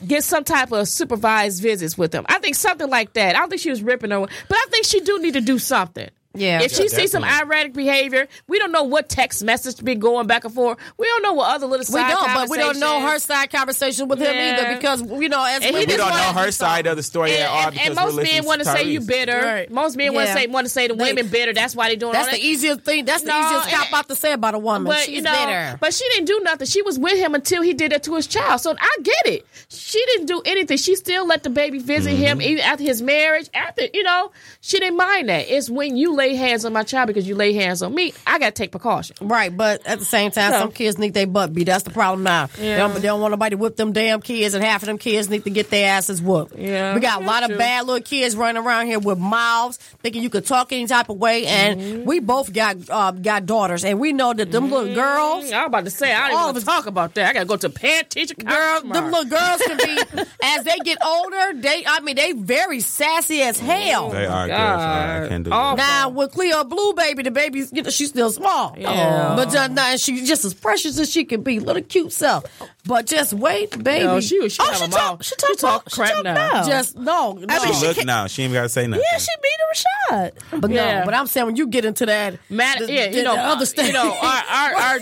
get some type of supervised visits with him. I think something like that. I don't think she was ripping her, but I think she do need to do something.
Yeah.
If she
Yeah,
sees some
definitely.
erratic behavior, we don't know what text message be going back and forth. We don't know what other little
we
side
don't, but we don't know her
conversations-
side conversation with
Yeah.
him either because you know as
And he
women,
We
just
don't
wanna
know her
do
side of the story
And,
at Oh,
and-
all
and
because
most
we're
men want to say you bitter.
Right.
Most men want to
Yeah.
say want to say the
They-
women bitter. That's why they doing all
That's
that.
the easiest thing. That's the
No,
easiest
and-
cop out to say about a woman.
But
She's
you know,
bitter.
but she didn't do nothing. She was with him until he did that to his child. So I get it. She didn't do anything. She
Mm-hmm.
still let the baby visit him even after his marriage. After you know, she didn't mind that. It's when you lay lay hands on my child because you lay hands on me, I got to take precaution.
Right, but at the same time,
No.
some kids need their butt beat. That's the problem now. They, don't, they don't want nobody to whip them damn kids, and half of them kids need to get their asses whooped.
Yeah,
we got a
that's
lot of
true.
bad little kids running around here with mouths, thinking you could talk any type of way. And
Mm-hmm.
we both got uh, got daughters, and we know that them little girls,
I was about to say, I didn't
All
want
of
to talk about that. I got to go to parent teacher
girl,
conference
them
tomorrow.
little girls can be as they get older. They, I mean, they very sassy as hell.
They are girls. I, I
God.
can't do
Oh,
that.
Now with Cleo Blue Baby, the baby's you know she's still small,
Yeah.
but uh, nah, she's just as precious as she can be, little cute self. But just wait, baby.
No, she was. She
Oh,
have
she
them
talk-
all.
she talk-
talk
she
crap
talk
now.
now.
just no, no.
mean,
She
she
look
can't-
now. She ain't gotta say nothing.
Yeah, she beat a Rashad.
but
Yeah.
no. But I'm saying when you get into that,
Matter,
the-
yeah,
the-
you know,
the other stage,
You know, our, our, our,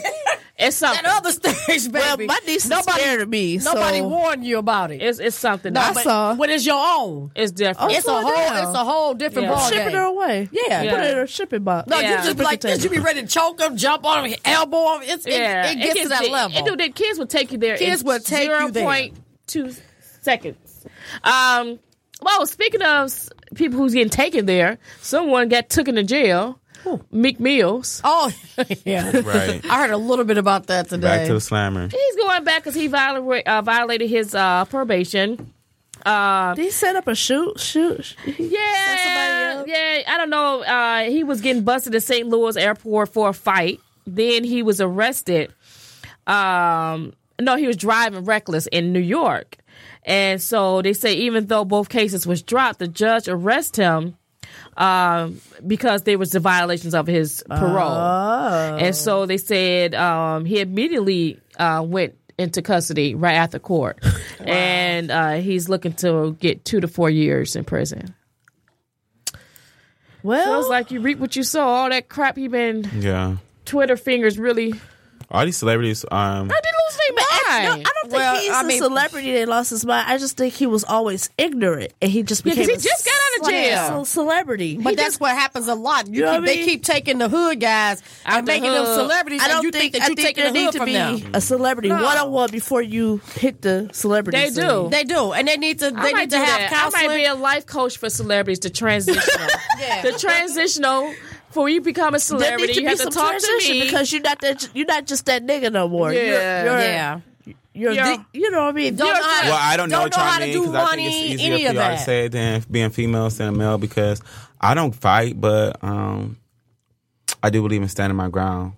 it's something.
that other stage, baby.
Well, my niece is scared of me.
Nobody
so.
warned you about it.
it's, it's something.
No,
else.
but
saw.
when it's your own,
it's different.
it's a
slow
whole,
down.
it's a whole different
Yeah.
ball
Shipping her away.
Yeah.
Put her in a shipping box.
No,
Yeah.
you just be like this. You be ready to choke him, jump on him, elbow him. It's,
yeah,
it, it gets to that
it-
level.
It, do the kids would take you there.
Kids
in
will take you there.
0.2 seconds. Um, well, speaking of s- people who's getting taken there, someone got took into jail. Meek Mills.
Oh, yeah.
Right.
I heard a little bit about that today.
Back to the slammer.
He's going back because he viola- uh, violated his uh, probation.
Did he set up a shoot? Shoot.
Yeah,
somebody
yeah. I don't know. Uh, he was getting busted at St. Louis Airport for a fight. Then he was arrested. Um, no, he was driving reckless in New York, and so they say even though both cases was dropped, the judge arrested him um, because there was the violations of his parole. And so they said um, he immediately uh, went into custody right after court, and uh, he's looking to get two to four years in prison. So
Well,
it's like you reap what you sow. All that crap he been
Yeah.
Twitter fingers really.
All these celebrities. Um.
I didn't lose
I
their
don't
mind.
think
Well,
he's
I
a
mean-
celebrity that lost his mind. I just think he was always ignorant, and he just
Yeah,
became
'cause he
a
just got out of jail.
cel- celebrity.
But that's what happens a lot. You
know
keep,
what I
they
mean?
keep taking the hood guys
Out
and
the
making them
hood.
celebrities.
I
and
don't
you
think,
think,
I
that you
think
taking
there
the
need
hood
to
from
be
them.
a celebrity one on one before you hit the celebrity.
They
scene.
do.
They do, and they need to.
I
They
might
need to
do
have
that. I might be
counseling.
a life coach for celebrities to transitional.
Yeah.
The transitional for you become a
There
celebrity,
needs to
you
be
have to
some
talk to
transition
me
because you're not that. You're not just that nigga no more. You're-
Yeah.
you're,
Yeah,
you're,
Yeah.
the- you know what I mean.
Don't know how to-
Well, I don't know
Don't
what
know
y'all
how to
mean
do
'cause I think
money,
it's
any
easier
of
for y'all to
that.
say it than being female than a male because I don't fight, but um, I do believe in standing my ground.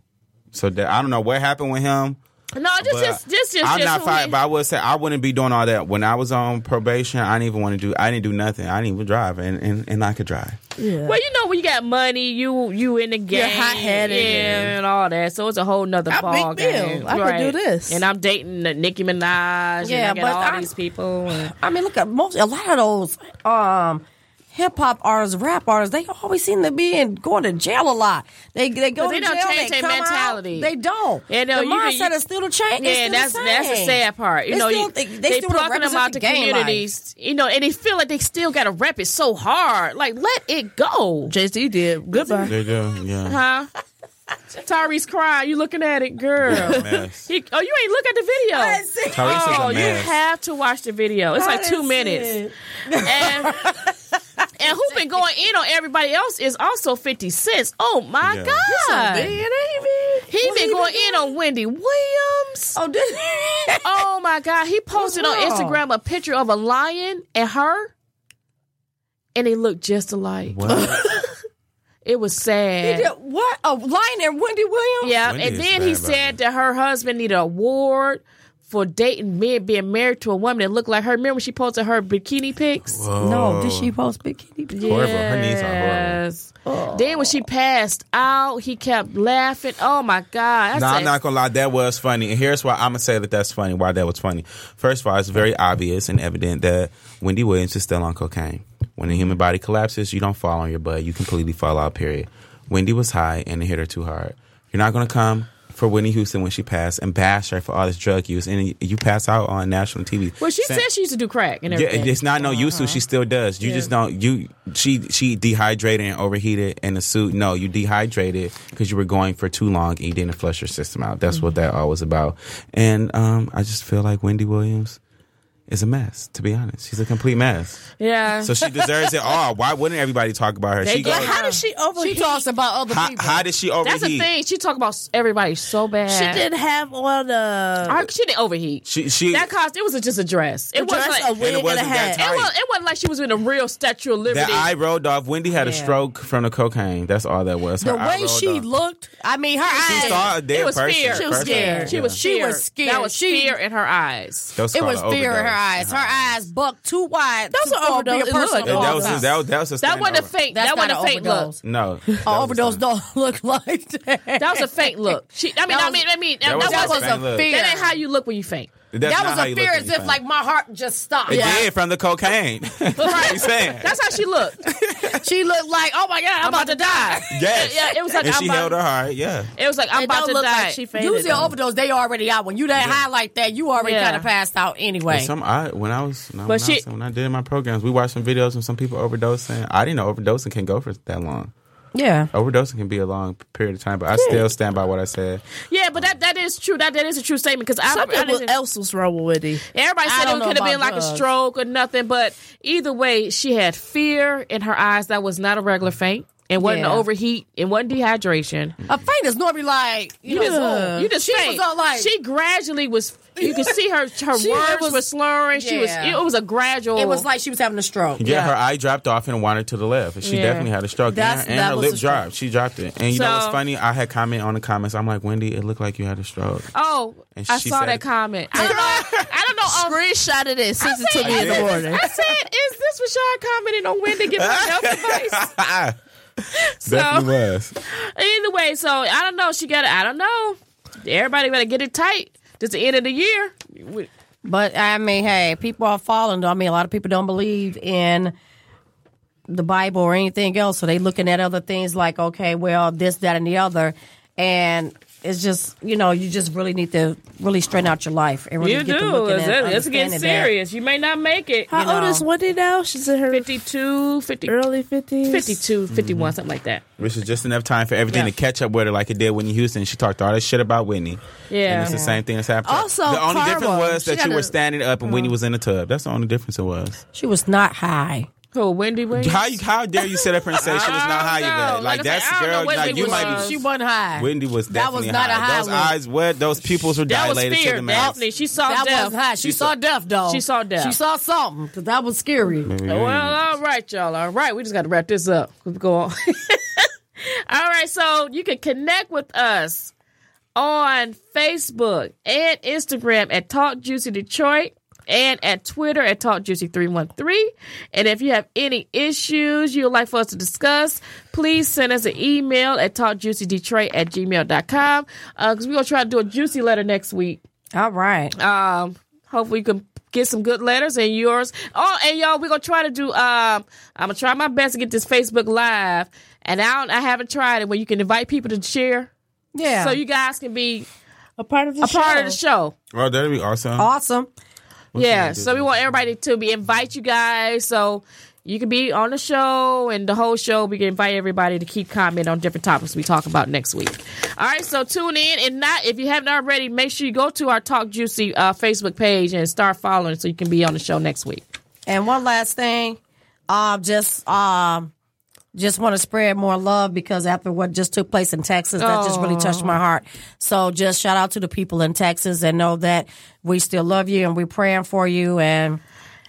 So that I don't know what happened with him.
no, just
but
just just just.
I'm
just
not
who
fighting,
he-
but I would say I wouldn't be doing all that. When I was on probation, I didn't even want to do. I didn't do nothing. I didn't even drive, and and, and I could drive.
Well, you know when you got money, you you in the game,
hot-headed.
yeah, and all that. So it's a whole nother
I'm
ball
Big Bill.
game.
I could
right?
do this.
and I'm dating the Nicki Minaj. Yeah,
Yeah,
and I
but
got all
I-
these people. and-
I mean, look at most a lot of those um, hip hop artists, rap artists. They always seem to be in going to jail a lot. They they go
But they
to
don't
jail.
change
they
their
come out,
mentality.
they don't.
Yeah, no,
the
you can-
mindset
you-
is still the change.
Yeah, that's that's the sad part. You
They
know,
still-
you-
they-
they,
they still don't
plucking them
represent
out
the
to
game life.
communities. You know, and they feel like they still got to rep it so hard. Like, let it go,
Jay Z did. Goodbye.
They do, yeah.
huh? Tyrese crying. You looking at it, girl?
Mess.
He- oh, you ain't look at the video.
Tyrese is
Oh,
a
you
mess.
have to watch the video. It's like two minutes. And, and who been going in on everybody else is also 50 Cent. Oh my
Yeah.
God. He
What
been
he
going
been
in on Wendy Williams.
Oh, did
Oh my God. He posted on
What's wrong?
Instagram a picture of a lion and her, and they look just alike.
What?
It was
He
sad.
did- what? Oh, Lion and Wendy Williams.
Yeah,
Wendy
and
is
then
bad
he
about
said
that.
that her husband needed an award for dating men being married to a woman that looked like her. Remember when she posted her bikini pics?
No,
Oh.
did she post bikini? pic?
Horrible. Her knees are horrible.
Yes. Then when she passed out, he kept laughing. Oh my God! I
No,
said,
I'm not gonna lie. That was funny, and here's why I'm gonna say that that's funny. Why that was funny. First of all, it's very obvious and evident that Wendy Williams is still on cocaine. When the human body collapses, you don't fall on your butt. You completely fall out. Period. Wendy was high, and it hit her too hard. You're not gonna come for Whitney Houston when she passed and bash her for all this drug use, and you pass out on national TV.
Well, she
Sa-
said she used to do crack and everything.
yeah, it's not no use to.
Uh-huh.
She still does. You just don't. You she she dehydrated and overheated in the suit. No, you dehydrated because you were going for too long and you didn't
Mm-hmm.
flush your system out. That's what that all was about. And um, I just feel like Wendy Williams is a mess. To be honest, she's a complete mess.
Yeah.
So she deserves it all. Why wouldn't everybody talk about her?
They
she
get
goes-
her.
How did she
She
overheat?
talks about other
how,
people.
how did she
That's
overheat?
the thing. She talk about s- everybody so bad.
She didn't have on a,
I- she didn't overheat.
She she
that cost. It was a- just a dress. It
a dress,
was like,
a wig, and, a
wasn't that
hat.
tight.
it was. It wasn't like she was in a real Statue of Liberty.
that eye rolled off. Wendy had a
Yeah.
stroke from the cocaine. That's all that was. Her
the
eye
way
rolled
she
off.
looked, I mean, her
She
eyes.
saw a dead
it was
person.
fear.
in
She
was
person.
scared.
She was
She
fear.
was scared.
That was
She-
fear in her eyes.
That was
It
called
was
an
fear in her
overdose.
eyes. Her eyes bucked too wide.
That was
too
an
far to be a
overdose.
person
Look,
to
That,
walk
that was
by.
that was that was a
That
standover.
wasn't a faint.
That's
That
not
wasn't a
an
faint look.
overdose.
No, that
An
was a
overdose
standover.
don't look like that.
That was a faint look. She. I mean.
That
I mean.
was-
I mean.
that
That,
was
that
a
was
faint
a
look.
fear. That ain't how you look when you faint.
That's
that
not how
was
you
a
look
fear
when
as
you
if
faint.
like my heart just stopped.
it did from the cocaine. That's you saying.
That's how she looked.
She looked like, oh my god,
I'm about to die.
Yes.
Yeah, yeah, it was like
and
I'm
she
about-
held her heart. Yeah.
It was like I'm
It
about
don't
to
look
die.
like she fainted.
Usually
though.
overdose, they already out. When you that high like that, you already
Yeah.
kind of passed out anyway.
But some I when I was when, I, when,
But she-
I, when I did my programs, we watched some videos of some people overdosing. I didn't know overdosing can go for that long.
yeah.
Overdosing can be a long period of time, but I still stand by what I said.
yeah, but that that is true. That that is a true statement because I, I
something was-
didn't-
else was wrong with Whitney.
Everybody
I
said
don't
it
know
could have been
about
like a
drugs.
stroke or nothing, but either way, she had fear in her eyes. That was not a regular faint. It wasn't
Yeah.
overheat. It wasn't dehydration.
A faint is normally like, you, know,
You just, you just
she
faint.
was all like,
she gradually was. You could see her. Her
She
words
was-
were slurring. She was.
Yeah.
It was a gradual.
it was like she was having a stroke.
Yeah, her eye dropped off and wandered to the left. and She
Yeah.
definitely had a stroke.
That's-
and her, and
that
her
was
lip
a stroke.
dropped. She dropped it. And you know
So-
what's funny? I had comment on the comments. I'm like, Wendy, it looked like you had a stroke.
Oh,
And
I
she
saw
said-
that comment. I don't know. I don't know. um,
Screenshot of this. Send it to me in the
said-
morning.
I said, is this Rashad commenting on when to get my health advice?
Definitely was.
Either way, so I don't know. She got to I don't know. Everybody better get it tight. This the end of the year. We-
But I mean, hey, people are falling. though. I mean, a lot of people don't believe in the Bible or anything else, so they looking at other things like, okay, well, this, that, and the other, and it's just you know, you just really need to really straighten out your life and really
You
get to
do.
looking at
It's, it's getting
understanding that.
serious. You may not make it.
How
you
old
know.
is Wendy now? She's in her
52, 50,
early 50s.
52,
Mm-hmm.
51, something like that.
Which is just enough time for everything
Yeah.
to catch up with her, like it did Whitney Houston. She talked all that shit about Whitney. And
Yeah.
it's the same thing that's happened.
Also,
the only
karma.
difference was
She
that you
gotta-
were standing up and
Uh-huh.
Whitney was in the tub. That's the only difference it was.
She was not high.
Who, Wendy Williams?
How you, how dare you sit up here and say she was not high
I don't
yet?
know.
Like,
Like I said,
that's
I don't know
girl.
what
Like
Whitney
you
was.
might be.
She wasn't high.
Wendy was
That was
definitely
not a
high.
high
Those
one.
eyes, what? Those pupils were
that was
dilated to
fear,
the max.
definitely. She saw
That
death.
was high. She, saw, death, though.
She saw death.
She saw something because that was scary.
Well, all right, y'all. All right, we just got to wrap this up. We go on. all right, so you can connect with us on Facebook and Instagram at Talk Juicy Detroit and at Twitter at Talk Juicy 313. And if you have any issues you would like for us to discuss, please send us an email at talkjuicydetroit at gmail.com because we're going to try to do a juicy letter next week.
All right.
Um, hopefully you can get some good letters and yours. Oh, and y'all, we're gonna try to do. Um, I'm gonna try my best to get this Facebook Live, and I don't, I haven't tried it where you can invite people to share,
yeah.
so you guys can be
A part of the
a part of the show.
Oh, that'd be awesome.
awesome.
yeah, so we want everybody to be invite you guys so. You can be on the show and the whole show. We can invite everybody to keep comment on different topics we talk about next week. All right, so tune in and not if you haven't already, make sure you go to our Talk Juicy uh, Facebook page and start following so you can be on the show next week.
And one last thing, um, just um, just want to spread more love because after what just took place in Texas, that just really touched my heart. So just shout out to the people in Texas and know that we still love you and we're praying for you and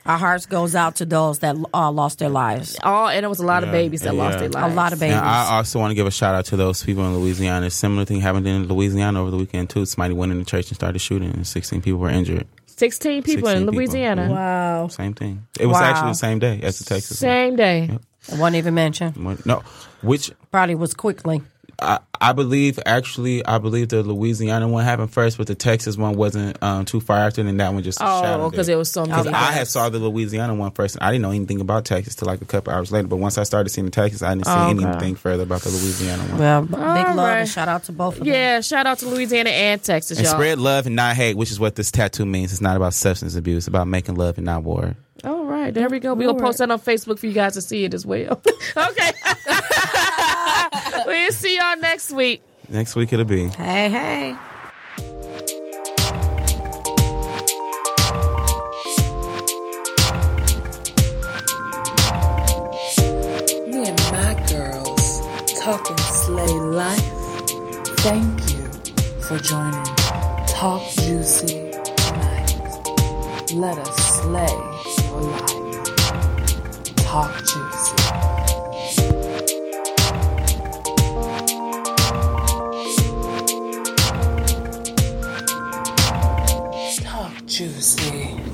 our hearts goes out to those that uh, lost their lives.
all and it was a lot of babies that
yeah.
lost their
A
lives.
lot of babies.
And I also want to give a shout out to those people in Louisiana. A similar thing happened in Louisiana over the weekend too. Somebody went in the church and started shooting, and 16 people were injured.
Sixteen people
16
in Louisiana.
people.
Wow.
Same thing. It was
Wow.
actually the same day as the Texas. one.
Same day.
Wasn't even mentioned.
One- No, which
Probably was quickly.
I, I believe actually I believe the Louisiana one happened first, but the Texas one wasn't um, too far after, and then that one just
Oh, because
because
it was so many.
I had saw the Louisiana one first. and I didn't know anything about Texas till like a couple hours later. But once I started seeing the Texas, I didn't see anything further about the Louisiana one.
Well, big love
right.
and shout out to both of them.
yeah, shout out to Louisiana and Texas,
And
y'all.
spread love and not hate, which is what this tattoo means. It's not about substance abuse. It's about making love and not war.
All right, there we go. We'll post that on Facebook for you guys to see it as well. okay. we'll see y'all next week.
Next week it'll be.
Hey, hey.
Talking Slay Life. Thank you for joining Talk Juicy tonight. Let us slay your life. Talk Juicy. Talk Juicy.